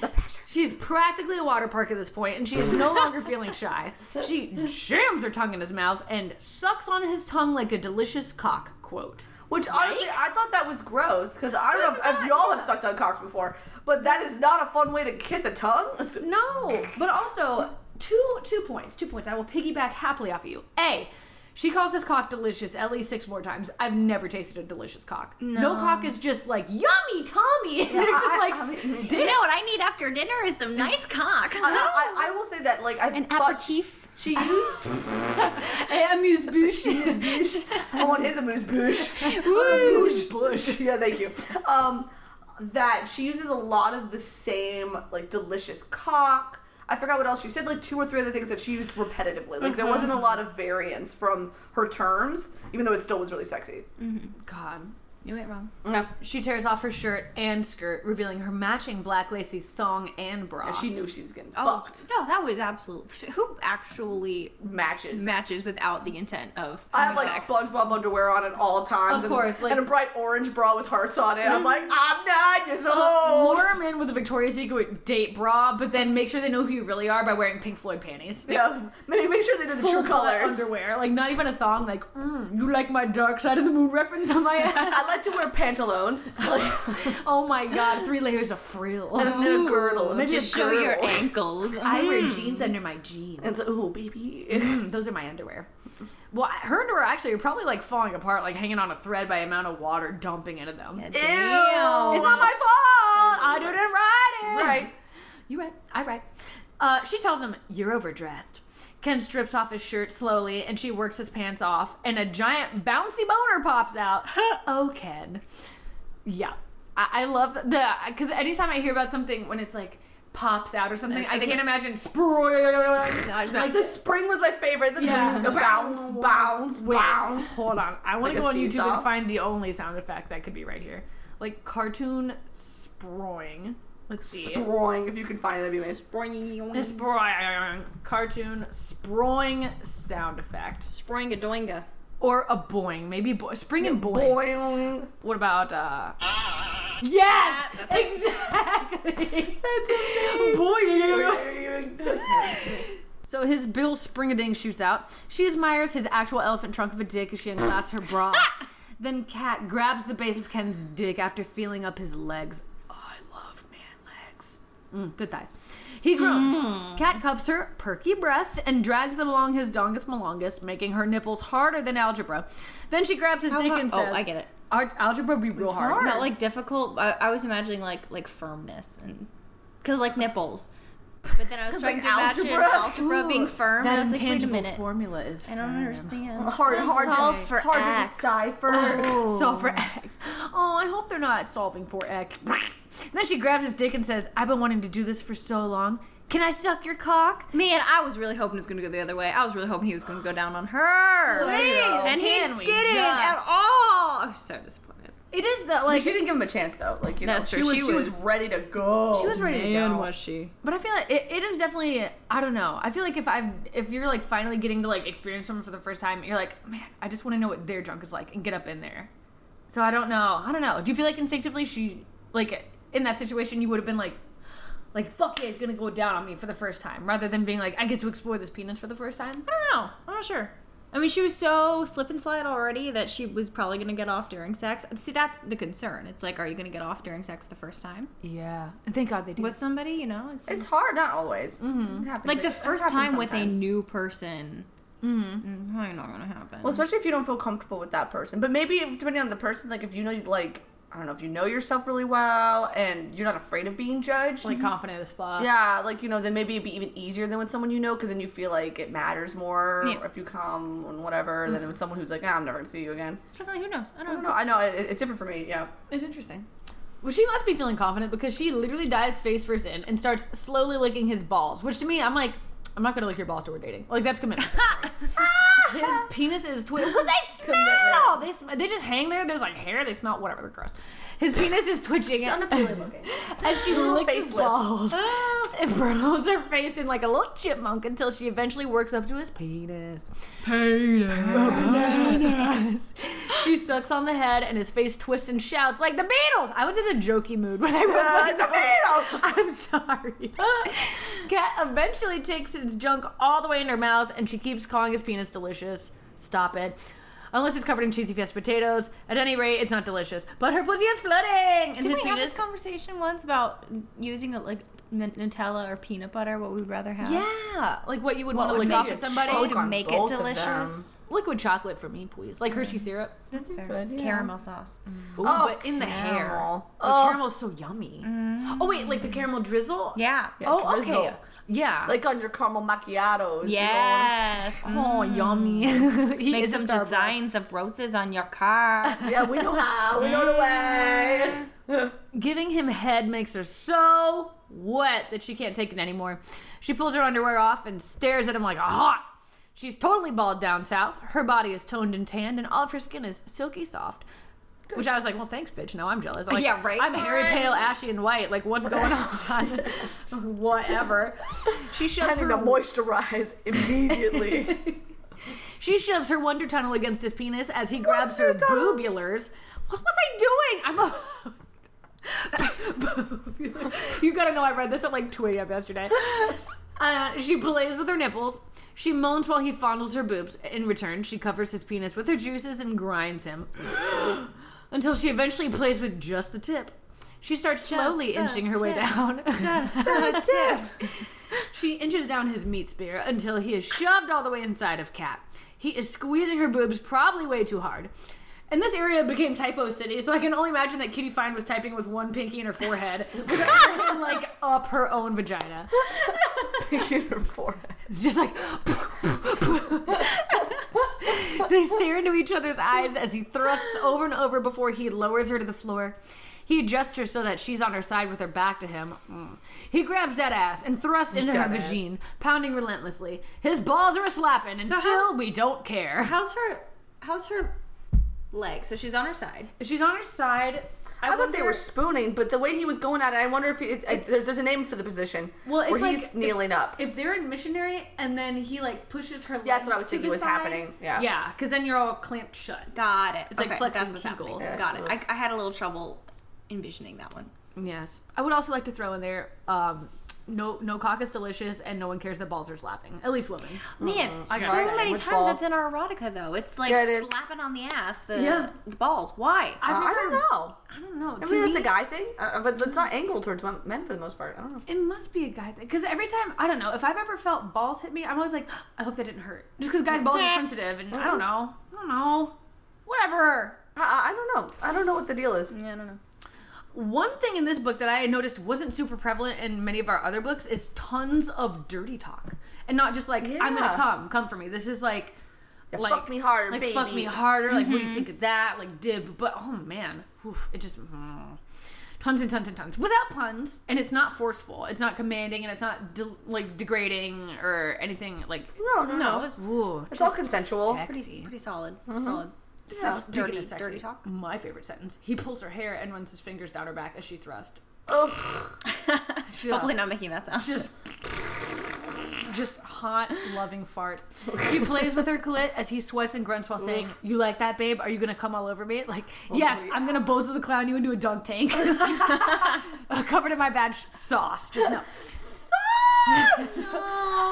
[SPEAKER 3] The passion.
[SPEAKER 1] She is practically a water park at this point, and she is no longer feeling shy. She jams her tongue in his mouth and sucks on his tongue like a delicious cock. Quote.
[SPEAKER 3] Which honestly, I thought that was gross because I don't know if, if
[SPEAKER 1] not-
[SPEAKER 3] y'all have sucked on cocks before, but that is not a fun way to kiss a tongue.
[SPEAKER 1] No, but also two two points. Two points. I will piggyback happily off of you. A. She calls this cock delicious at least six more times. I've never tasted a delicious cock. No, cock is just like yummy tummy. They're just like
[SPEAKER 4] You
[SPEAKER 1] "Dick."
[SPEAKER 4] know what I need after dinner is some nice cock.
[SPEAKER 3] I, I, I will say that like I
[SPEAKER 4] An
[SPEAKER 3] thought
[SPEAKER 4] aperitif.
[SPEAKER 3] She used
[SPEAKER 1] Eh, amuse bouche.
[SPEAKER 3] amuse bouche. I want his amuse bouche.
[SPEAKER 1] Woo.
[SPEAKER 3] Bouche, bouche. Yeah, thank you. Um, that she uses a lot of the same like delicious cock. I forgot what else she said. Like two or three other things that she used repetitively. Like there wasn't a lot of variance from her terms, even though it still was really sexy.
[SPEAKER 1] God.
[SPEAKER 4] You went wrong.
[SPEAKER 3] No.
[SPEAKER 1] She tears off her shirt and skirt, revealing her matching black lacy thong and bra.
[SPEAKER 3] She knew she was getting fucked.
[SPEAKER 4] Oh, no, that was absolute. Who actually
[SPEAKER 3] Matches.
[SPEAKER 4] matches without the intent of
[SPEAKER 3] I have like
[SPEAKER 4] sex?
[SPEAKER 3] SpongeBob underwear on at all times.
[SPEAKER 1] Of
[SPEAKER 3] and-
[SPEAKER 1] course, like-
[SPEAKER 3] and a bright orange bra with hearts on it. I'm like, I'm nine years
[SPEAKER 1] Oh,
[SPEAKER 3] old.
[SPEAKER 1] lure 'em in with a Victoria's Secret date bra, but then make sure they know who you really are by wearing Pink Floyd panties.
[SPEAKER 3] Yeah, make, make sure they did the true
[SPEAKER 1] Full-cut
[SPEAKER 3] colors.
[SPEAKER 1] underwear, like not even a thong. Like, mm, you like my Dark Side of the Moon reference on my ass?
[SPEAKER 3] I like to wear pantalones like,
[SPEAKER 1] oh my god, three layers of frills.
[SPEAKER 3] and then a girdle.
[SPEAKER 4] Ooh,
[SPEAKER 3] Maybe
[SPEAKER 4] just
[SPEAKER 3] a
[SPEAKER 4] show
[SPEAKER 3] girdle.
[SPEAKER 4] your ankles.
[SPEAKER 1] I wear
[SPEAKER 4] Mm.
[SPEAKER 1] jeans under my jeans.
[SPEAKER 3] And so, ooh, baby.
[SPEAKER 1] Mm, Those are my underwear. Well, I- her underwear actually are probably like falling apart, like hanging on a thread by amount of water dumping into them.
[SPEAKER 4] Damn.
[SPEAKER 1] It's not my fault. I didn't write it.
[SPEAKER 3] Right.
[SPEAKER 1] You right. I right. Uh, she tells him, "You're overdressed." Ken strips off his shirt slowly, and she works his pants off, and a giant bouncy boner pops out. oh, Ken. Yeah, I, I love the because anytime I hear about something when it's like pops out or something, I,
[SPEAKER 4] I think-
[SPEAKER 1] can't imagine spring.
[SPEAKER 3] Like the spring was my favorite. The,
[SPEAKER 1] Yeah.
[SPEAKER 3] the bounce, bounce,
[SPEAKER 1] Wait,
[SPEAKER 3] bounce.
[SPEAKER 1] hold on. I want
[SPEAKER 3] Like
[SPEAKER 1] to
[SPEAKER 3] a
[SPEAKER 1] go on YouTube
[SPEAKER 3] seesaw?
[SPEAKER 1] and find the only sound effect that could be right here. Like cartoon sproing. Let's see.
[SPEAKER 3] Sproing, if you can find it, that'd be amazing.
[SPEAKER 4] Spring,
[SPEAKER 1] Sproing. Cartoon sproing sound effect.
[SPEAKER 4] spring a doinga.
[SPEAKER 1] Or a boing. Maybe bo- spring and boing.
[SPEAKER 3] Boing.
[SPEAKER 1] What about, uh. Yes! Exactly! Boing! So his Bill Springading shoots out. She admires his actual elephant trunk of a dick as she unclasps her bra. then Kat grabs the base of Ken's dick after feeling up his legs. Oh, I love man legs. Mm, good thighs. He groans.
[SPEAKER 4] Mm.
[SPEAKER 1] Kat cups her perky breast and drags it along his dongus malongus, making her nipples harder than algebra. Then she grabs his dick
[SPEAKER 4] hard-
[SPEAKER 1] and
[SPEAKER 4] oh,
[SPEAKER 1] says,
[SPEAKER 4] I get it.
[SPEAKER 1] "Ar- algebra be real hard.
[SPEAKER 4] Not like difficult. I, I was imagining like like firmness and because like nipples. But then I was trying
[SPEAKER 3] like,
[SPEAKER 4] to imagine
[SPEAKER 3] algebra.
[SPEAKER 4] algebra being firm.
[SPEAKER 1] That
[SPEAKER 4] and I was like, wait a
[SPEAKER 1] intangible
[SPEAKER 4] minute.
[SPEAKER 1] formula is
[SPEAKER 4] I don't
[SPEAKER 1] firm.
[SPEAKER 4] understand.
[SPEAKER 3] Hard, hard,
[SPEAKER 4] Solve
[SPEAKER 3] to,
[SPEAKER 4] for
[SPEAKER 3] hard
[SPEAKER 4] X.
[SPEAKER 3] to decipher.
[SPEAKER 1] solve for X. Oh, I hope they're not solving for X. then she grabs his dick and says, I've been wanting to do this for so long. Can I suck your cock?
[SPEAKER 4] Man, I was really hoping it was going to go the other way. I was really hoping he was going to go down on her.
[SPEAKER 1] Please,
[SPEAKER 4] and he
[SPEAKER 1] can we
[SPEAKER 4] didn't at
[SPEAKER 1] just-
[SPEAKER 4] all. I was so disappointed.
[SPEAKER 1] It is that, like,
[SPEAKER 3] She didn't give him a chance though. Like you know,
[SPEAKER 4] That's
[SPEAKER 3] she,
[SPEAKER 4] true,
[SPEAKER 3] was,
[SPEAKER 4] she
[SPEAKER 3] she was
[SPEAKER 4] was-
[SPEAKER 3] ready to go.
[SPEAKER 1] she was ready
[SPEAKER 4] Oh,
[SPEAKER 1] to go.
[SPEAKER 4] she?
[SPEAKER 1] But I feel like it, it is definitely, I don't know. I feel like if I've, if you're, like, finally getting to, like, experience someone for the first time, you're like, man, I just want to know what their junk is like and get up in there. So I don't know. I don't know. Do you feel like instinctively she, like, in that situation, you would have been like, like, fuck yeah, it's gonna go down on me for the first time, rather than being like, I get to explore this penis for the first time?
[SPEAKER 4] I don't know. I'm not sure. I mean, she was so slip and slide already that she was probably going to get off during sex. See, that's the concern. It's like, are you going to get off during sex the first time
[SPEAKER 1] Yeah. And thank God they do.
[SPEAKER 4] with somebody? You know, it's,
[SPEAKER 3] It's hard, not always. Mm-hmm.
[SPEAKER 4] like the first time with a new person. Mm-hmm. Probably not going to happen.
[SPEAKER 3] Well, especially if you don't feel comfortable with that person. But maybe if- depending on the person, like if you know, like I don't know, if you know yourself really well and you're not afraid of being judged.
[SPEAKER 1] like confident as
[SPEAKER 4] uh,
[SPEAKER 1] fuck.
[SPEAKER 3] yeah, like you know, then maybe it'd be even easier than with someone you know, because then you feel like it matters more
[SPEAKER 4] Yeah. Mm-hmm.
[SPEAKER 3] if you come and whatever than with someone who's like, ah, I'm never gonna see you again.
[SPEAKER 4] who knows? I don't,
[SPEAKER 3] I don't
[SPEAKER 4] know.
[SPEAKER 3] know. I know it, it's different for me. Yeah.
[SPEAKER 1] It's interesting. Well, she must be feeling confident because she literally dives face first in and starts slowly licking his balls. Which to me, I'm like, I'm not gonna lick your balls till we're dating. Like that's commitment. his penis is twisted. Well, they smell. They sm- they just hang there. There's like hair. They smell whatever. They're gross. His penis is twitching.
[SPEAKER 3] unappealing looking.
[SPEAKER 1] as she licks his
[SPEAKER 3] facelift.
[SPEAKER 1] balls and burrows her face in like a little chipmunk until she eventually works up to his penis. Penis. she sucks on the head and his face twists and shouts like the Beatles. I was in a jokey mood when I wrote
[SPEAKER 3] Uh,
[SPEAKER 1] that.
[SPEAKER 3] the Beatles.
[SPEAKER 1] I'm sorry. Cat eventually takes his junk all the way in her mouth and she keeps calling his penis delicious. Stop it. Unless it's covered in cheesy fest potatoes. At any rate, it's not delicious. But her pussy is flooding! And
[SPEAKER 4] Did
[SPEAKER 1] his
[SPEAKER 4] we have
[SPEAKER 1] penis
[SPEAKER 4] this conversation once about using like N- Nutella or peanut butter? What we'd rather have?
[SPEAKER 1] Yeah, like what you would
[SPEAKER 3] Well,
[SPEAKER 1] want to lick
[SPEAKER 3] if they
[SPEAKER 1] off
[SPEAKER 3] did
[SPEAKER 1] of somebody.
[SPEAKER 4] Oh,
[SPEAKER 3] chocolate-
[SPEAKER 4] to
[SPEAKER 3] on
[SPEAKER 4] make it
[SPEAKER 3] both of them.
[SPEAKER 4] delicious.
[SPEAKER 1] Liquid chocolate for me, please. Like Hershey syrup.
[SPEAKER 4] That's fair.
[SPEAKER 3] Good, yeah.
[SPEAKER 4] Caramel sauce. Mm.
[SPEAKER 1] Ooh,
[SPEAKER 3] Oh,
[SPEAKER 1] but in the hair.
[SPEAKER 3] caramel.
[SPEAKER 1] The
[SPEAKER 3] Oh.
[SPEAKER 1] caramel's so yummy. Oh wait, like the caramel drizzle.
[SPEAKER 4] Yeah.
[SPEAKER 3] Yeah.
[SPEAKER 1] Oh,
[SPEAKER 3] drizzle.
[SPEAKER 1] okay. Yeah.
[SPEAKER 3] Like on your caramel macchiatos.
[SPEAKER 4] Yes.
[SPEAKER 1] oh, yummy. he
[SPEAKER 4] Make
[SPEAKER 1] is a
[SPEAKER 4] some
[SPEAKER 1] Starbucks.
[SPEAKER 4] designs of roses on your car.
[SPEAKER 3] You know? Yeah, we know how. We know the way.
[SPEAKER 1] Giving him head makes her so wet that she can't take it anymore. She pulls her underwear off and stares at him like a hawk. She's totally bald down south. Her body is toned and tanned, and all of her skin is silky soft. Which I was like, well, thanks, bitch. Now I'm jealous. I'm like,
[SPEAKER 4] Yeah, right?
[SPEAKER 1] I'm hairy, pale, ashy, and white. Like, what's going on? Whatever. She shoves
[SPEAKER 3] Having
[SPEAKER 1] her
[SPEAKER 3] to moisturize immediately.
[SPEAKER 1] she shoves her wonder tunnel against his penis as he grabs her boobulars. What was I doing? I'm a. Boobulars. you gotta know I read this at like 2 a.m. yesterday. Uh, she plays with her nipples. She moans while he fondles her boobs. In return, she covers his penis with her juices and grinds him until she eventually plays with just the tip. She starts slowly
[SPEAKER 4] the
[SPEAKER 1] inching her way
[SPEAKER 4] tip.
[SPEAKER 1] down.
[SPEAKER 4] Just the tip.
[SPEAKER 1] She inches down his meat spear until he is shoved all the way inside of Kat. He is squeezing her boobs probably way too hard. And this area became Typo City, so I can only imagine that Kitty Fine was typing with one pinky in her forehead, with her other hand, like up her own vagina,
[SPEAKER 3] Picking her forehead.
[SPEAKER 1] just like. they stare into each other's eyes as he thrusts over and over before he lowers her to the floor. He adjusts her so that she's on her side with her back to him. Mm. He grabs that ass and thrusts into her
[SPEAKER 4] Dead ass.
[SPEAKER 1] vagina, pounding relentlessly. His balls are a slapping, and
[SPEAKER 4] So how-
[SPEAKER 1] still we don't care.
[SPEAKER 4] How's her? How's her leg? So she's on her side.
[SPEAKER 1] She's on her side.
[SPEAKER 3] I, thought they
[SPEAKER 1] wonder-
[SPEAKER 3] were spooning, but the way he was going at it, I wonder if it, it, there, there's a name for the position.
[SPEAKER 1] Well, it's
[SPEAKER 3] where
[SPEAKER 1] like
[SPEAKER 3] he's kneeling
[SPEAKER 1] if,
[SPEAKER 3] up.
[SPEAKER 1] If they're in missionary, and then he like pushes her.
[SPEAKER 3] Yeah, that's what I
[SPEAKER 1] legs
[SPEAKER 3] was
[SPEAKER 1] to the
[SPEAKER 3] thinking was
[SPEAKER 1] side.
[SPEAKER 3] happening, yeah.
[SPEAKER 1] yeah, because then you're all clamped shut.
[SPEAKER 4] Got it. It's
[SPEAKER 1] like flexing
[SPEAKER 4] that's what's happening.
[SPEAKER 1] Kegels.
[SPEAKER 3] Yeah.
[SPEAKER 4] Got it. I, I had a little trouble envisioning that one.
[SPEAKER 1] Yes, I would also like to throw in there. Um, no, no cock is delicious, and no one cares that balls are slapping. At least
[SPEAKER 3] Uh,
[SPEAKER 1] women.
[SPEAKER 4] Man, so
[SPEAKER 1] gotta say,
[SPEAKER 4] many
[SPEAKER 3] with
[SPEAKER 4] times
[SPEAKER 3] balls-
[SPEAKER 4] that's in our erotica though. It's like
[SPEAKER 3] Yeah, it is.
[SPEAKER 4] slapping on the ass, the
[SPEAKER 1] Yeah.
[SPEAKER 4] the balls. Why?
[SPEAKER 1] I've
[SPEAKER 3] Uh, I don't
[SPEAKER 1] never-
[SPEAKER 3] know.
[SPEAKER 1] I don't know.
[SPEAKER 3] I
[SPEAKER 1] To
[SPEAKER 3] mean, that's
[SPEAKER 1] me-
[SPEAKER 3] a guy thing, uh, but it's not angled towards men- men for the most part. I don't know.
[SPEAKER 1] It must be a guy thing. Because every time, I don't know, if I've ever felt balls hit me, I'm always like, I hope that didn't hurt. Just because guys' balls are sensitive, and I don't know. I don't know. Whatever.
[SPEAKER 3] I, I don't know. I don't know what the deal is.
[SPEAKER 4] yeah, I don't know.
[SPEAKER 1] One thing in this book that I had noticed wasn't super prevalent in many of our other books is tons of dirty talk. And not just like, I'm going
[SPEAKER 3] Yeah.
[SPEAKER 1] to come, come for me. This is like,
[SPEAKER 3] Yeah, fuck me harder,
[SPEAKER 1] like,
[SPEAKER 3] baby. Mm-hmm.
[SPEAKER 1] fuck me harder. Like, what do you think of that? Like, dib. But, oh man, Oof, it just. mm. Tons and tons and tons without puns, and it's not forceful. It's not commanding, and it's not de- like degrading or anything like.
[SPEAKER 3] No, no,
[SPEAKER 4] No,
[SPEAKER 3] no.
[SPEAKER 4] it's
[SPEAKER 1] Ooh,
[SPEAKER 3] It's all
[SPEAKER 1] just
[SPEAKER 3] consensual.
[SPEAKER 1] sexy.
[SPEAKER 4] pretty pretty solid. Solid.
[SPEAKER 1] This
[SPEAKER 3] Yeah.
[SPEAKER 1] is speaking
[SPEAKER 4] Dirty-
[SPEAKER 1] of sexy,
[SPEAKER 4] dirty talk.
[SPEAKER 1] My favorite sentence. He pulls her hair and runs his fingers down her back as she thrust.
[SPEAKER 3] Ugh.
[SPEAKER 4] Hopefully not making that sound.
[SPEAKER 1] just just hot loving farts she plays with her clit as he sweats and grunts while saying you like that babe are you gonna come all over me like
[SPEAKER 4] Oh,
[SPEAKER 1] yes i'm gonna bozo the clown you into a dunk tank Uh, covered in my bad sh- sauce just no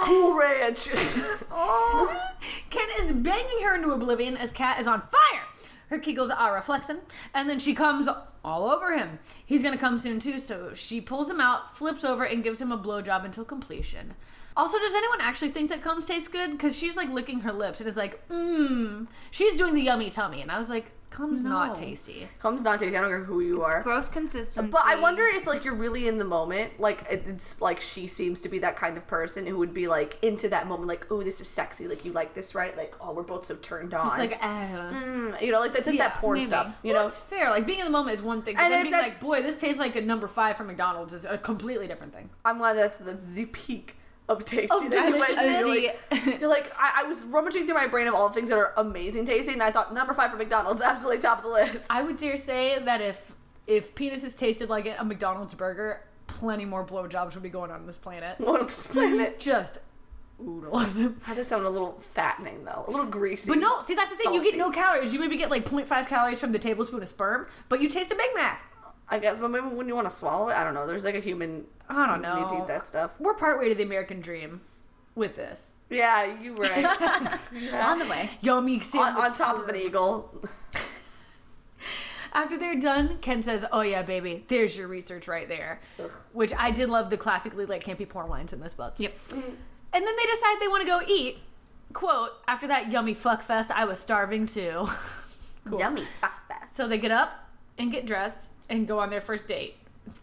[SPEAKER 3] Cool ranch.
[SPEAKER 1] Oh. Ken is banging her into oblivion as Kat is on fire. Her kegels are reflexing, and then she comes all over him. He's gonna come soon too, so she pulls him out, flips over, and gives him a blowjob until completion. Also, does anyone actually think that comes tastes good? Because she's like licking her lips and is like, mmm. She's doing the yummy tummy, and I was like, cum's not
[SPEAKER 4] No.
[SPEAKER 1] tasty.
[SPEAKER 3] Comes down to it, I don't care who you are.
[SPEAKER 4] gross consistency.
[SPEAKER 3] But I wonder if like you're really in the moment, like it- it's like she seems to be that kind of person who would be like into that moment, like oh this is sexy, like you like this right, like oh we're both so turned on,
[SPEAKER 1] It's like, ah.
[SPEAKER 3] Mm, you know, like that's like
[SPEAKER 1] Yeah,
[SPEAKER 3] that porn
[SPEAKER 1] maybe.
[SPEAKER 3] stuff, you
[SPEAKER 1] Well,
[SPEAKER 3] know.
[SPEAKER 1] it's fair. Like being in the moment is one thing, but
[SPEAKER 3] And
[SPEAKER 1] then
[SPEAKER 3] if
[SPEAKER 1] being
[SPEAKER 3] that's-
[SPEAKER 1] like, boy, this tastes like a number five from McDonald's is a completely different thing.
[SPEAKER 3] I'm glad that's the, the peak of tasty.
[SPEAKER 1] Of
[SPEAKER 3] that I went to. You're
[SPEAKER 4] deliciousness.
[SPEAKER 3] like, you're like, I, I was rummaging through my brain of all the things that are amazing tasting, and I thought number five for McDonald's absolutely top of the list.
[SPEAKER 1] I would dare say that if if penises tasted like a McDonald's burger, plenty more blowjobs would be going on on this planet.
[SPEAKER 3] I want to explain it.
[SPEAKER 1] Just oodles.
[SPEAKER 3] That does sound a little fattening though, a little greasy.
[SPEAKER 1] But no, see that's the thing. You get no
[SPEAKER 3] Salty.
[SPEAKER 1] calories. You maybe get like 0.5 calories from the tablespoon of sperm, but you taste a Big Mac.
[SPEAKER 3] I guess, but maybe when you want to swallow it, I don't know. There's like a human.
[SPEAKER 1] I don't
[SPEAKER 3] need to
[SPEAKER 1] know.
[SPEAKER 3] eat that stuff.
[SPEAKER 1] We're partway to the American dream with this
[SPEAKER 3] Yeah, you were right.
[SPEAKER 4] on the way.
[SPEAKER 1] yummy
[SPEAKER 3] on,
[SPEAKER 1] sandwich.
[SPEAKER 3] on top of an eagle.
[SPEAKER 1] After they're done, Ken says, "Oh yeah, baby, there's your research right there," which I did love the classically like campy porn lines in this book.
[SPEAKER 4] Yep.
[SPEAKER 1] And then they decide they want to go eat. Quote, after that yummy fuck fest, I was starving too.
[SPEAKER 3] Yummy. Fuck fest.
[SPEAKER 1] so they get up and get dressed and go on their first date.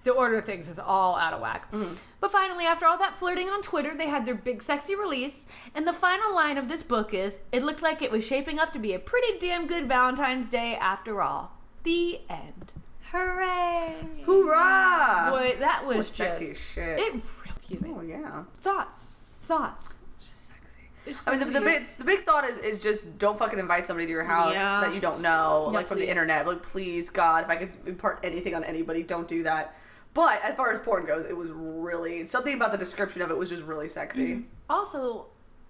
[SPEAKER 1] The order of things is all out of whack.
[SPEAKER 3] Mm-hmm.
[SPEAKER 1] But finally, after all that flirting on Twitter, they had their big sexy release. And the final line of this book is It looked like it was shaping up to be a pretty damn good Valentine's Day after all. The end.
[SPEAKER 4] Hooray!
[SPEAKER 3] Hoorah!
[SPEAKER 1] Boy, that was,
[SPEAKER 3] was Uh, sexy
[SPEAKER 1] just-
[SPEAKER 3] as shit.
[SPEAKER 1] It, excuse me.
[SPEAKER 3] Oh yeah.
[SPEAKER 1] Thoughts. Thoughts.
[SPEAKER 3] It's just sexy. I mean, the, the, big, the big thought is, is just don't fucking invite somebody to your house
[SPEAKER 4] Yeah.
[SPEAKER 3] that you don't know,
[SPEAKER 1] Yeah,
[SPEAKER 3] like from
[SPEAKER 1] please.
[SPEAKER 3] the internet. Like, please, God, if I could impart anything on anybody, don't do that. But as far as porn goes, it was really something about the description of it was just really sexy.
[SPEAKER 1] Also,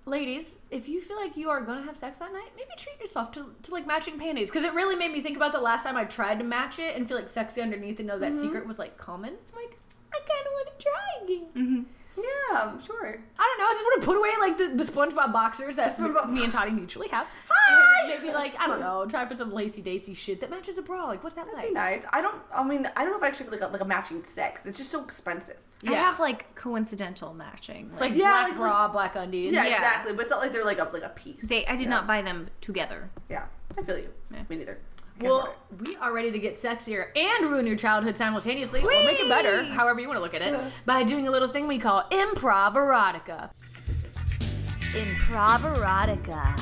[SPEAKER 1] ladies, if you feel like you are gonna have sex that night, maybe treat yourself to, to like matching panties because it really made me think about the last time I tried to match it and feel like sexy underneath and know
[SPEAKER 3] Mm-hmm.
[SPEAKER 1] that secret was like common. Like, I kind of want to try again.
[SPEAKER 3] Mm-hmm. Yeah, I'm sure.
[SPEAKER 1] I don't know. I just want to put away like the, the SpongeBob boxers that
[SPEAKER 3] SpongeBob-
[SPEAKER 1] me and Toddy mutually have. And maybe like I don't know, try for some lacy daisy shit that matches a bra. Like, what's that like?
[SPEAKER 3] Pretty nice. I don't. I mean, I don't know if I actually feel like a, like a matching sex. It's just so expensive.
[SPEAKER 4] I
[SPEAKER 1] Yeah.
[SPEAKER 4] have like coincidental matching. Like,
[SPEAKER 1] Like
[SPEAKER 3] Yeah,
[SPEAKER 1] black
[SPEAKER 3] like-
[SPEAKER 1] bra, black undies.
[SPEAKER 3] Yeah,
[SPEAKER 4] Yeah.
[SPEAKER 3] exactly. But it's not like they're like a like a piece.
[SPEAKER 4] they, I did
[SPEAKER 3] Yeah.
[SPEAKER 4] not buy them together.
[SPEAKER 3] Yeah, I feel you.
[SPEAKER 4] Yeah.
[SPEAKER 3] Me neither. Can't afford
[SPEAKER 1] Well,
[SPEAKER 3] it.
[SPEAKER 1] we are ready to get sexier and ruin your childhood simultaneously, or make it better,
[SPEAKER 4] Whee!
[SPEAKER 1] however you want to look at it, by doing a little thing we call improv erotica.
[SPEAKER 2] Improv erotica.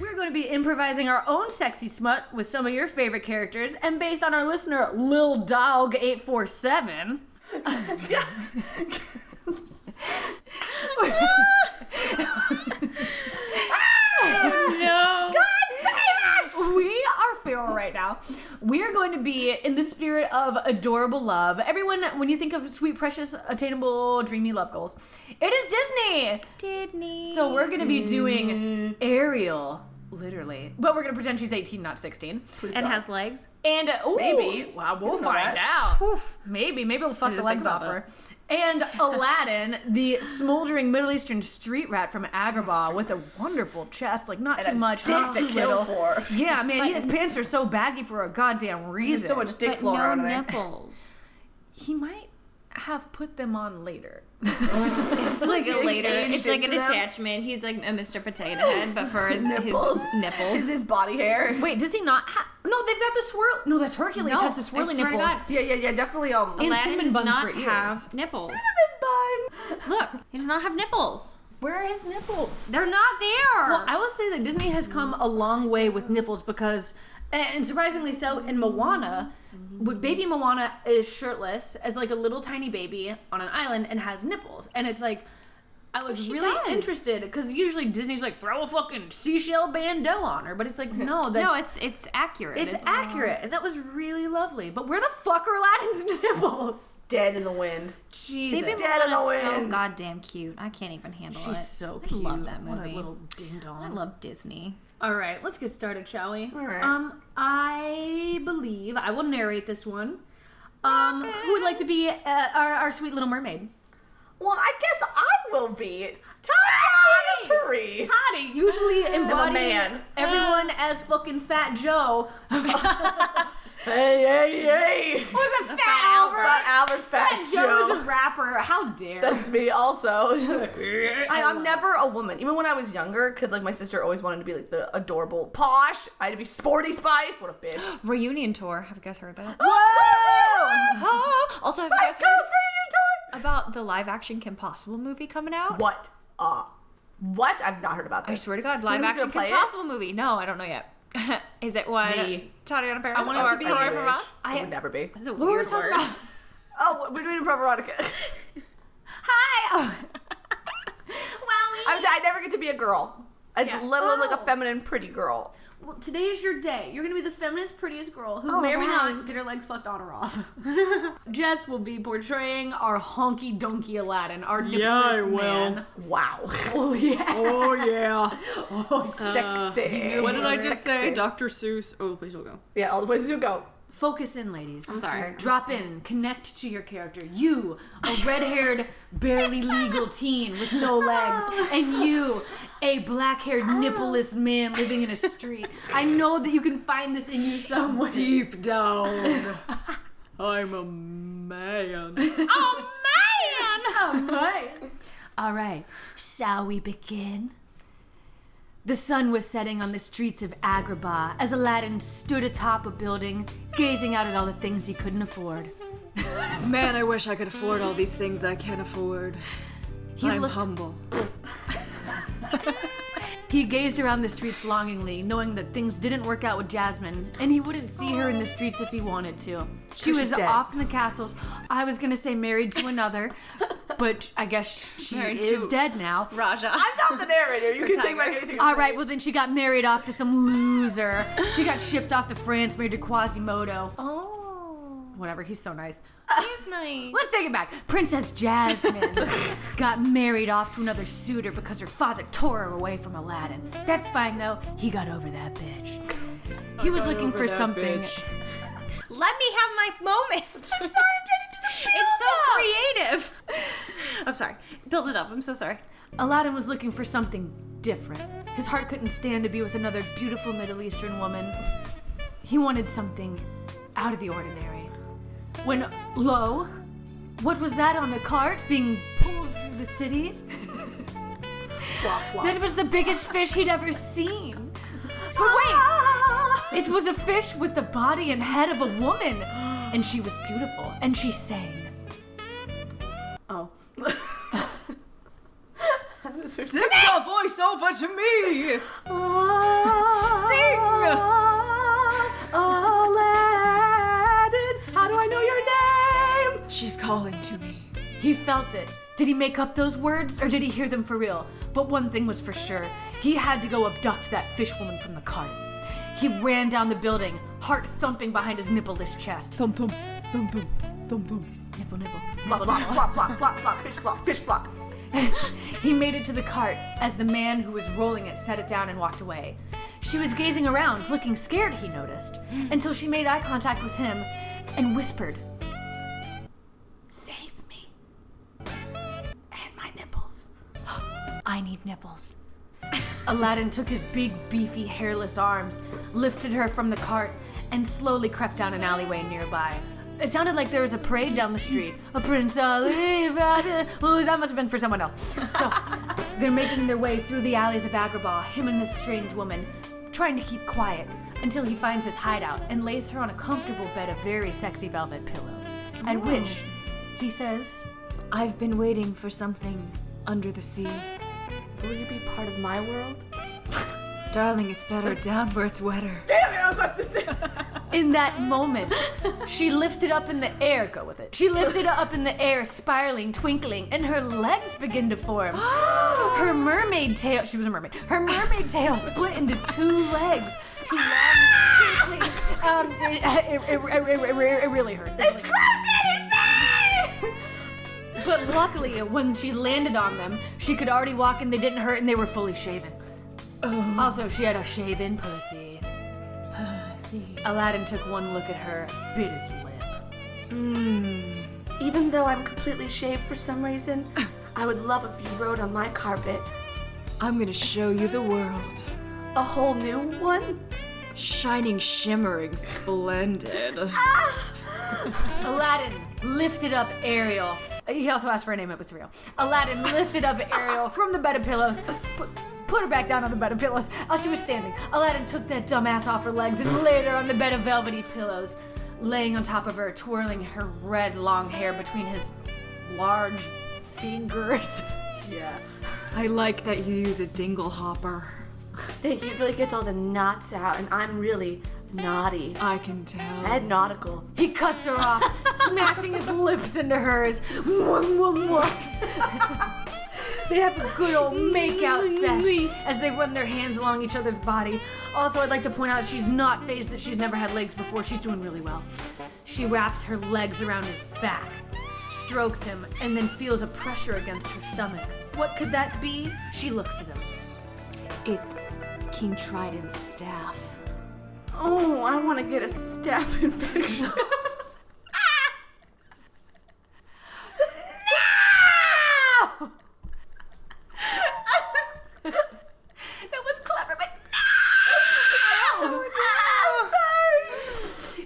[SPEAKER 1] We're going to be improvising our own sexy smut with some of your favorite characters, and based on our listener, Lil Dog 847.
[SPEAKER 4] No.
[SPEAKER 1] We are feral right now. We are going to be in the spirit of adorable love. Everyone, when you think of sweet, precious, attainable, dreamy love goals, it is Disney.
[SPEAKER 4] Disney.
[SPEAKER 1] So we're going to be doing Ariel, literally, but we're going to pretend she's 18, not 16.
[SPEAKER 4] and has legs.
[SPEAKER 1] And uh, ooh,
[SPEAKER 3] Maybe.
[SPEAKER 1] wow, we'll
[SPEAKER 3] You don't know
[SPEAKER 1] find
[SPEAKER 3] that.
[SPEAKER 1] out. Maybe, maybe we'll fuck the
[SPEAKER 4] didn't
[SPEAKER 1] legs
[SPEAKER 4] think
[SPEAKER 1] off
[SPEAKER 4] about
[SPEAKER 1] her. And Aladdin, the smoldering Middle Eastern street rat from Agrabah, with a wonderful chest, like not too
[SPEAKER 3] a
[SPEAKER 1] much,
[SPEAKER 3] dick
[SPEAKER 1] not
[SPEAKER 3] to
[SPEAKER 1] too
[SPEAKER 3] kill
[SPEAKER 1] little.
[SPEAKER 3] for.
[SPEAKER 1] Yeah, man, his pants are so baggy for a goddamn reason.
[SPEAKER 3] There's so much dick
[SPEAKER 4] but
[SPEAKER 3] flowing
[SPEAKER 4] no
[SPEAKER 3] around there.
[SPEAKER 4] nipples.
[SPEAKER 1] He might have put them on later.
[SPEAKER 4] This is like a
[SPEAKER 3] Getting
[SPEAKER 4] later.
[SPEAKER 3] aged
[SPEAKER 4] It's like an
[SPEAKER 3] into them.
[SPEAKER 4] attachment. He's like a Mr. Potato Head, but for his nipples. His nipples.
[SPEAKER 3] Is this body hair?
[SPEAKER 1] Wait, does he not? Ha- no, they've got the swirl. No, that's Hercules
[SPEAKER 4] No,
[SPEAKER 1] has the
[SPEAKER 4] I
[SPEAKER 1] swirly
[SPEAKER 4] swear to
[SPEAKER 1] nipples.
[SPEAKER 4] God.
[SPEAKER 3] Yeah, yeah, yeah. Definitely. Um.
[SPEAKER 1] And
[SPEAKER 4] Aladdin
[SPEAKER 1] cinnamon
[SPEAKER 4] does
[SPEAKER 1] buns
[SPEAKER 4] not
[SPEAKER 1] for ears.
[SPEAKER 4] have nipples.
[SPEAKER 3] Cinnamon bun.
[SPEAKER 4] Look, he does not have nipples.
[SPEAKER 1] Where are his nipples?
[SPEAKER 4] They're not there.
[SPEAKER 1] Well, I will say that Disney has come a long way with nipples because, and surprisingly so, in Moana, w- baby Moana is shirtless as like a little tiny baby on an island and has nipples, and it's like. I was
[SPEAKER 4] she
[SPEAKER 1] really
[SPEAKER 4] does.
[SPEAKER 1] interested because usually Disney's like throw a fucking seashell bandeau on her, but it's like no, that's
[SPEAKER 4] no, it's it's accurate.
[SPEAKER 1] it's, accurate, and that was really lovely. But where the fuck are Aladdin's nipples?
[SPEAKER 3] Dead in the wind.
[SPEAKER 1] Jesus,
[SPEAKER 4] Baby
[SPEAKER 3] Dead in the
[SPEAKER 4] Moana's so
[SPEAKER 3] wind.
[SPEAKER 4] goddamn cute. I can't even handle it.
[SPEAKER 1] she's so cute.
[SPEAKER 4] I love that
[SPEAKER 1] What
[SPEAKER 4] movie.
[SPEAKER 1] a little ding dong.
[SPEAKER 4] I love Disney.
[SPEAKER 1] All right, let's get started, shall we? All
[SPEAKER 3] right.
[SPEAKER 1] Um, I believe I will narrate this one. Um, who would like to be uh, our, our sweet little mermaid?
[SPEAKER 3] Well, I guess I will be
[SPEAKER 1] Toddy!
[SPEAKER 3] Tatiana Paris.
[SPEAKER 1] Toddy, usually embodying
[SPEAKER 3] man.
[SPEAKER 1] everyone as fucking Fat Joe. Who's
[SPEAKER 3] Hey, hey, hey!
[SPEAKER 1] a Fat, Albert?
[SPEAKER 3] Fat Albert, Fat
[SPEAKER 1] Fat Joe is a
[SPEAKER 3] Joe.
[SPEAKER 1] rapper. How dare?
[SPEAKER 3] That's me also. I,
[SPEAKER 1] love
[SPEAKER 3] I'm never a woman. Even when I was younger, because like my sister always wanted to be like the adorable posh. I had to be sporty spice. What a bitch.
[SPEAKER 4] Reunion tour. Have you guys heard that?
[SPEAKER 3] Whoa!
[SPEAKER 4] Oh, also, have you
[SPEAKER 3] Spice
[SPEAKER 4] guys
[SPEAKER 3] Girls reunion
[SPEAKER 4] heard
[SPEAKER 3] tour.
[SPEAKER 4] about the live action Kim Possible movie coming out?
[SPEAKER 3] What? Uh, what? I've not heard about that.
[SPEAKER 4] I swear to
[SPEAKER 3] Do
[SPEAKER 4] God,
[SPEAKER 3] you
[SPEAKER 4] live
[SPEAKER 3] know who's
[SPEAKER 4] action
[SPEAKER 3] gonna
[SPEAKER 4] Kim
[SPEAKER 3] play it?
[SPEAKER 4] Possible movie. No, I don't know yet. Is it one
[SPEAKER 3] Me.
[SPEAKER 4] Tatiana Paris?
[SPEAKER 1] I want it
[SPEAKER 4] or
[SPEAKER 1] to be
[SPEAKER 4] Chloe
[SPEAKER 1] Irish.
[SPEAKER 4] Moretz?
[SPEAKER 1] I-
[SPEAKER 3] I would never be.
[SPEAKER 4] This is a
[SPEAKER 1] What were we
[SPEAKER 4] weird
[SPEAKER 1] talking
[SPEAKER 4] word.
[SPEAKER 1] about?
[SPEAKER 3] Oh, we're doing improv erotica.
[SPEAKER 1] Hi. Oh. Wowie.
[SPEAKER 3] I was. I never get to be a girl. I,
[SPEAKER 4] Yeah.
[SPEAKER 3] Let alone like
[SPEAKER 1] Oh.
[SPEAKER 3] a feminine, pretty girl.
[SPEAKER 1] Well, today is your day. You're gonna be the feminist, prettiest girl who
[SPEAKER 3] All
[SPEAKER 1] may or may not
[SPEAKER 3] right.
[SPEAKER 1] get her legs fucked on or off. Jess will be portraying our honky donkey Aladdin, our nippleless
[SPEAKER 5] I will.
[SPEAKER 1] man.
[SPEAKER 3] Wow. Oh yeah.
[SPEAKER 5] Oh yeah.
[SPEAKER 3] Sexy.
[SPEAKER 5] What did I just say?
[SPEAKER 3] Sexy.
[SPEAKER 5] Dr. Seuss. Oh, please don't go.
[SPEAKER 3] Yeah. All the places you go.
[SPEAKER 1] Focus in, ladies.
[SPEAKER 4] I'm sorry.
[SPEAKER 1] Drop in, connect to your character. You, a red haired, barely legal teen with no legs, and you, a black haired, nippleless man living in a street. I know that you can find this in you somewhere.
[SPEAKER 5] Deep down. I'm a man.
[SPEAKER 1] Oh man! Oh man! All right, shall we begin? The sun was setting on the streets of Agrabah as Aladdin stood atop a building, gazing out at all the things he couldn't afford.
[SPEAKER 5] Man, I wish I could afford all these things I can't afford.
[SPEAKER 1] He
[SPEAKER 5] I'm
[SPEAKER 1] looked-
[SPEAKER 5] humble.
[SPEAKER 1] He gazed around the streets longingly, knowing that things didn't work out with Jasmine, and he wouldn't see her in the streets if he wanted to. She was
[SPEAKER 3] dead.
[SPEAKER 1] off in the castles. I was gonna say married to another, but I guess she
[SPEAKER 4] Married
[SPEAKER 1] is
[SPEAKER 4] to-
[SPEAKER 1] dead now.
[SPEAKER 4] Raja.
[SPEAKER 3] I'm not the narrator. You can take back
[SPEAKER 4] tiger.
[SPEAKER 3] anything.
[SPEAKER 1] All right, well then she got married off to some loser. She got shipped off to France, married to Quasimodo.
[SPEAKER 4] Oh,
[SPEAKER 1] Whatever, he's so nice.
[SPEAKER 4] he's nice.
[SPEAKER 1] Let's take it back. Princess Jasmine got married off to another suitor because her father tore her away from Aladdin. That's fine though. He got over that bitch. He was looking for something.
[SPEAKER 4] Let me have my moment. I'm sorry, I'm trying to do the It's so creative. I'm sorry. Build it up. I'm so sorry.
[SPEAKER 1] Aladdin was looking for something different. His heart couldn't stand to be with another beautiful Middle Eastern woman. He wanted something out of the ordinary. When lo, what was that on a cart being pulled through the city? That was the biggest fish he'd ever seen. But wait, it was a fish with the body and head of a woman, and she was beautiful, and she sang. Oh.
[SPEAKER 5] Sing your voice over to me.
[SPEAKER 1] Aladdin, how do I know your name?
[SPEAKER 5] She's calling to me.
[SPEAKER 1] He felt it. Did he make up those words or did he hear them for real? But one thing was for sure he had to go abduct that fish woman from the cart. He ran down the building, heart thumping behind his nippleless chest.
[SPEAKER 5] Thump thump thump thump thump thump.
[SPEAKER 1] Nipple, nipple.
[SPEAKER 3] Flop,
[SPEAKER 1] nipple,
[SPEAKER 3] flop,
[SPEAKER 1] nipple.
[SPEAKER 3] flop, flop, flop, flop, fish, flop, fish, flop.
[SPEAKER 1] he made it to the cart as the man who was rolling it set it down and walked away. She was gazing around, looking scared, he noticed, until she made eye contact with him and whispered, Save me. And my nipples.
[SPEAKER 4] I need nipples.
[SPEAKER 1] Aladdin took his big, beefy, hairless arms, lifted her from the cart, and slowly crept down an alleyway nearby. It sounded like there was a parade down the street. A prince Ali, Ooh, that must have been for someone else. So they're making their way through the alleys of Agrabah, him and this strange woman, trying to keep quiet until he finds his hideout and lays her on a comfortable bed of very sexy velvet pillows. At which he says,
[SPEAKER 5] I've been waiting for something under the sea.
[SPEAKER 3] Will you be part of my world?
[SPEAKER 5] Darling, it's better down where it's wetter.
[SPEAKER 3] Damn it! I was about to say.
[SPEAKER 1] in that moment, she lifted up in the air. Go with it. She lifted up in the air, spiraling, twinkling, and her legs begin to form. Her mermaid tail. She was a mermaid. Her mermaid tail split into two legs. She long, twinkling. Um, it, it, it, it, it, it, it really hurt. It's But luckily, when she landed on them, she could already walk, and they didn't hurt, and they were fully shaven. Also, she had a shaven pussy. Aladdin took one look at her, bit his lip.
[SPEAKER 3] Even though I'm completely shaved for some reason, I would love if you rode on my carpet.
[SPEAKER 5] I'm gonna show you the world.
[SPEAKER 3] A whole new one?
[SPEAKER 5] Shining, shimmering, splendid.
[SPEAKER 1] Aladdin lifted up Ariel. He also asked for a name, it was real. Aladdin lifted up Ariel from the bed of pillows, put, put her back down on the bed of pillows. Oh, she was standing. Aladdin took that dumbass off her legs and laid her on the bed of velvety pillows, laying on top of her, twirling her red long hair between his large fingers.
[SPEAKER 3] Yeah.
[SPEAKER 5] I like that you use a dingle hopper.
[SPEAKER 3] Thank you. It really gets all the knots out, and I'm really naughty
[SPEAKER 5] I can tell.
[SPEAKER 3] and nautical.
[SPEAKER 1] He cuts her off, smashing his lips into hers. Mwah, mwah, mwah. they have a good old makeout sesh as they run their hands along each other's body. Also, I'd like to point out she's not phased that she's never had legs before. She's doing really well. She wraps her legs around his back, strokes him, and then feels a pressure against her stomach. What could that be? She looks at him.
[SPEAKER 5] It's King Trident's staff.
[SPEAKER 3] Oh, I want to get a staph infection.
[SPEAKER 1] That was clever, but no!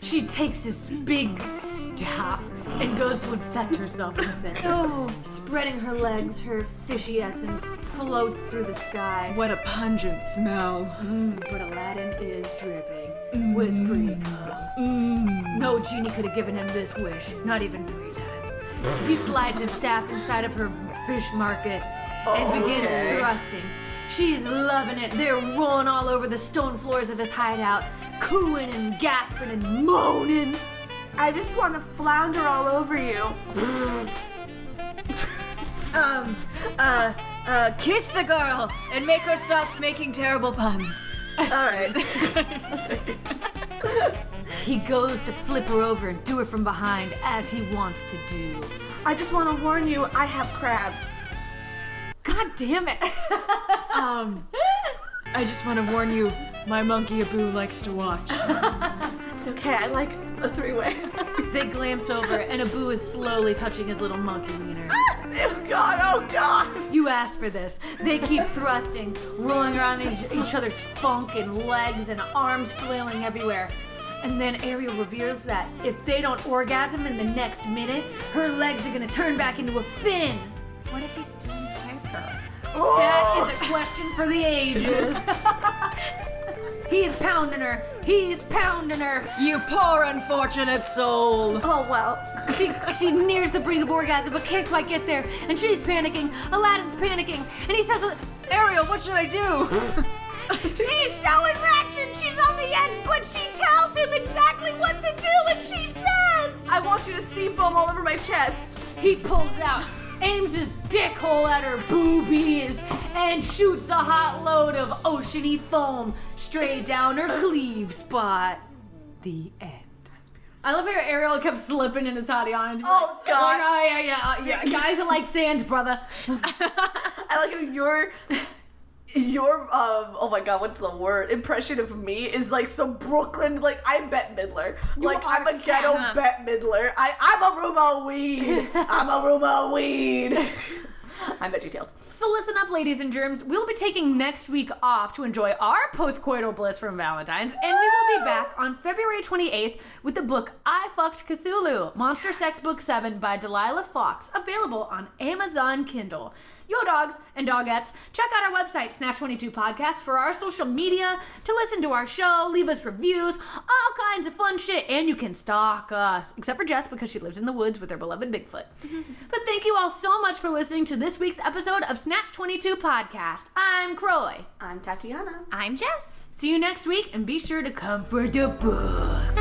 [SPEAKER 1] She takes this big staff and goes to infect herself with it. Spreading her legs, her fishy essence floats through the sky.
[SPEAKER 5] What a pungent smell.
[SPEAKER 1] But Aladdin is dripping with pre No genie could have given him this wish, not even three times. He slides his staff inside of her fish market and begins thrusting. She's loving it. They're rolling all over the stone floors of his hideout, cooing and gasping and moaning.
[SPEAKER 3] I just want to flounder all over you.
[SPEAKER 5] um, uh, uh, kiss the girl and make her stop making terrible puns.
[SPEAKER 3] All right.
[SPEAKER 1] He goes to flip her over and do it from behind as he wants to do.
[SPEAKER 3] I just want to warn you, I have crabs.
[SPEAKER 1] God damn it.
[SPEAKER 5] Um, I just want to warn you, my monkey Abu likes to watch.
[SPEAKER 3] It's okay. I like a three-way.
[SPEAKER 1] they glance over and Abu is slowly touching his little monkey wiener.
[SPEAKER 3] oh God! Oh God!
[SPEAKER 1] You asked for this. They keep thrusting, rolling around in each, each other's funk and legs and arms flailing everywhere. And then Ariel reveals that if they don't orgasm in the next minute, her legs are gonna turn back into a fin.
[SPEAKER 4] What if he's still inside her?
[SPEAKER 1] That is a question for the ages. He's pounding her. He's pounding her.
[SPEAKER 5] You poor unfortunate soul.
[SPEAKER 3] Oh well.
[SPEAKER 1] She she nears the brink of orgasm but can't quite get there, and she's panicking. Aladdin's panicking, and he says,
[SPEAKER 5] Ariel, what should I do?
[SPEAKER 1] "She's so enraptured, she's on the edge." But she tells him exactly what to do, and she says,
[SPEAKER 3] I want you to see foam all over my chest.
[SPEAKER 1] "He pulls out." Aims his dick hole at her boobies and shoots a hot load of oceany foam straight down her cleave spot. The end. I love how Ariel kept slipping into Tatiana. and be like,
[SPEAKER 3] Oh, God.
[SPEAKER 1] Oh, yeah, yeah, yeah, yeah. Guys are like sand, brother.
[SPEAKER 3] I like how your your um oh my god, what's the word? Impression of me is like some Brooklyn like I'm Bette Midler. like
[SPEAKER 1] are
[SPEAKER 3] I'm a ghetto
[SPEAKER 4] Kat.
[SPEAKER 3] Bette Midler. I I'm a room of weed. I'm a room of weed. I bet you tails.
[SPEAKER 1] So listen up, ladies and germs. We'll be taking next week off to enjoy our postcoital bliss from Valentine's, and we will be back on February 28th with the book I Fucked Cthulhu, Monster Sex Book 7 by Delilah Fox, available on Amazon Kindle. Yo, dogs and dogettes, check out our website, Snatch22 Podcast, for our social media, to listen to our show, leave us reviews, all kinds of fun shit, and you can stalk us. Except for Jess, because she lives in the woods with her beloved Bigfoot. but thank you all so much for listening to this week's episode of Snatch 22 Podcast. I'm Croy.
[SPEAKER 3] I'm Tatiana.
[SPEAKER 4] I'm Jess.
[SPEAKER 1] See you next week, and be sure to come for the book.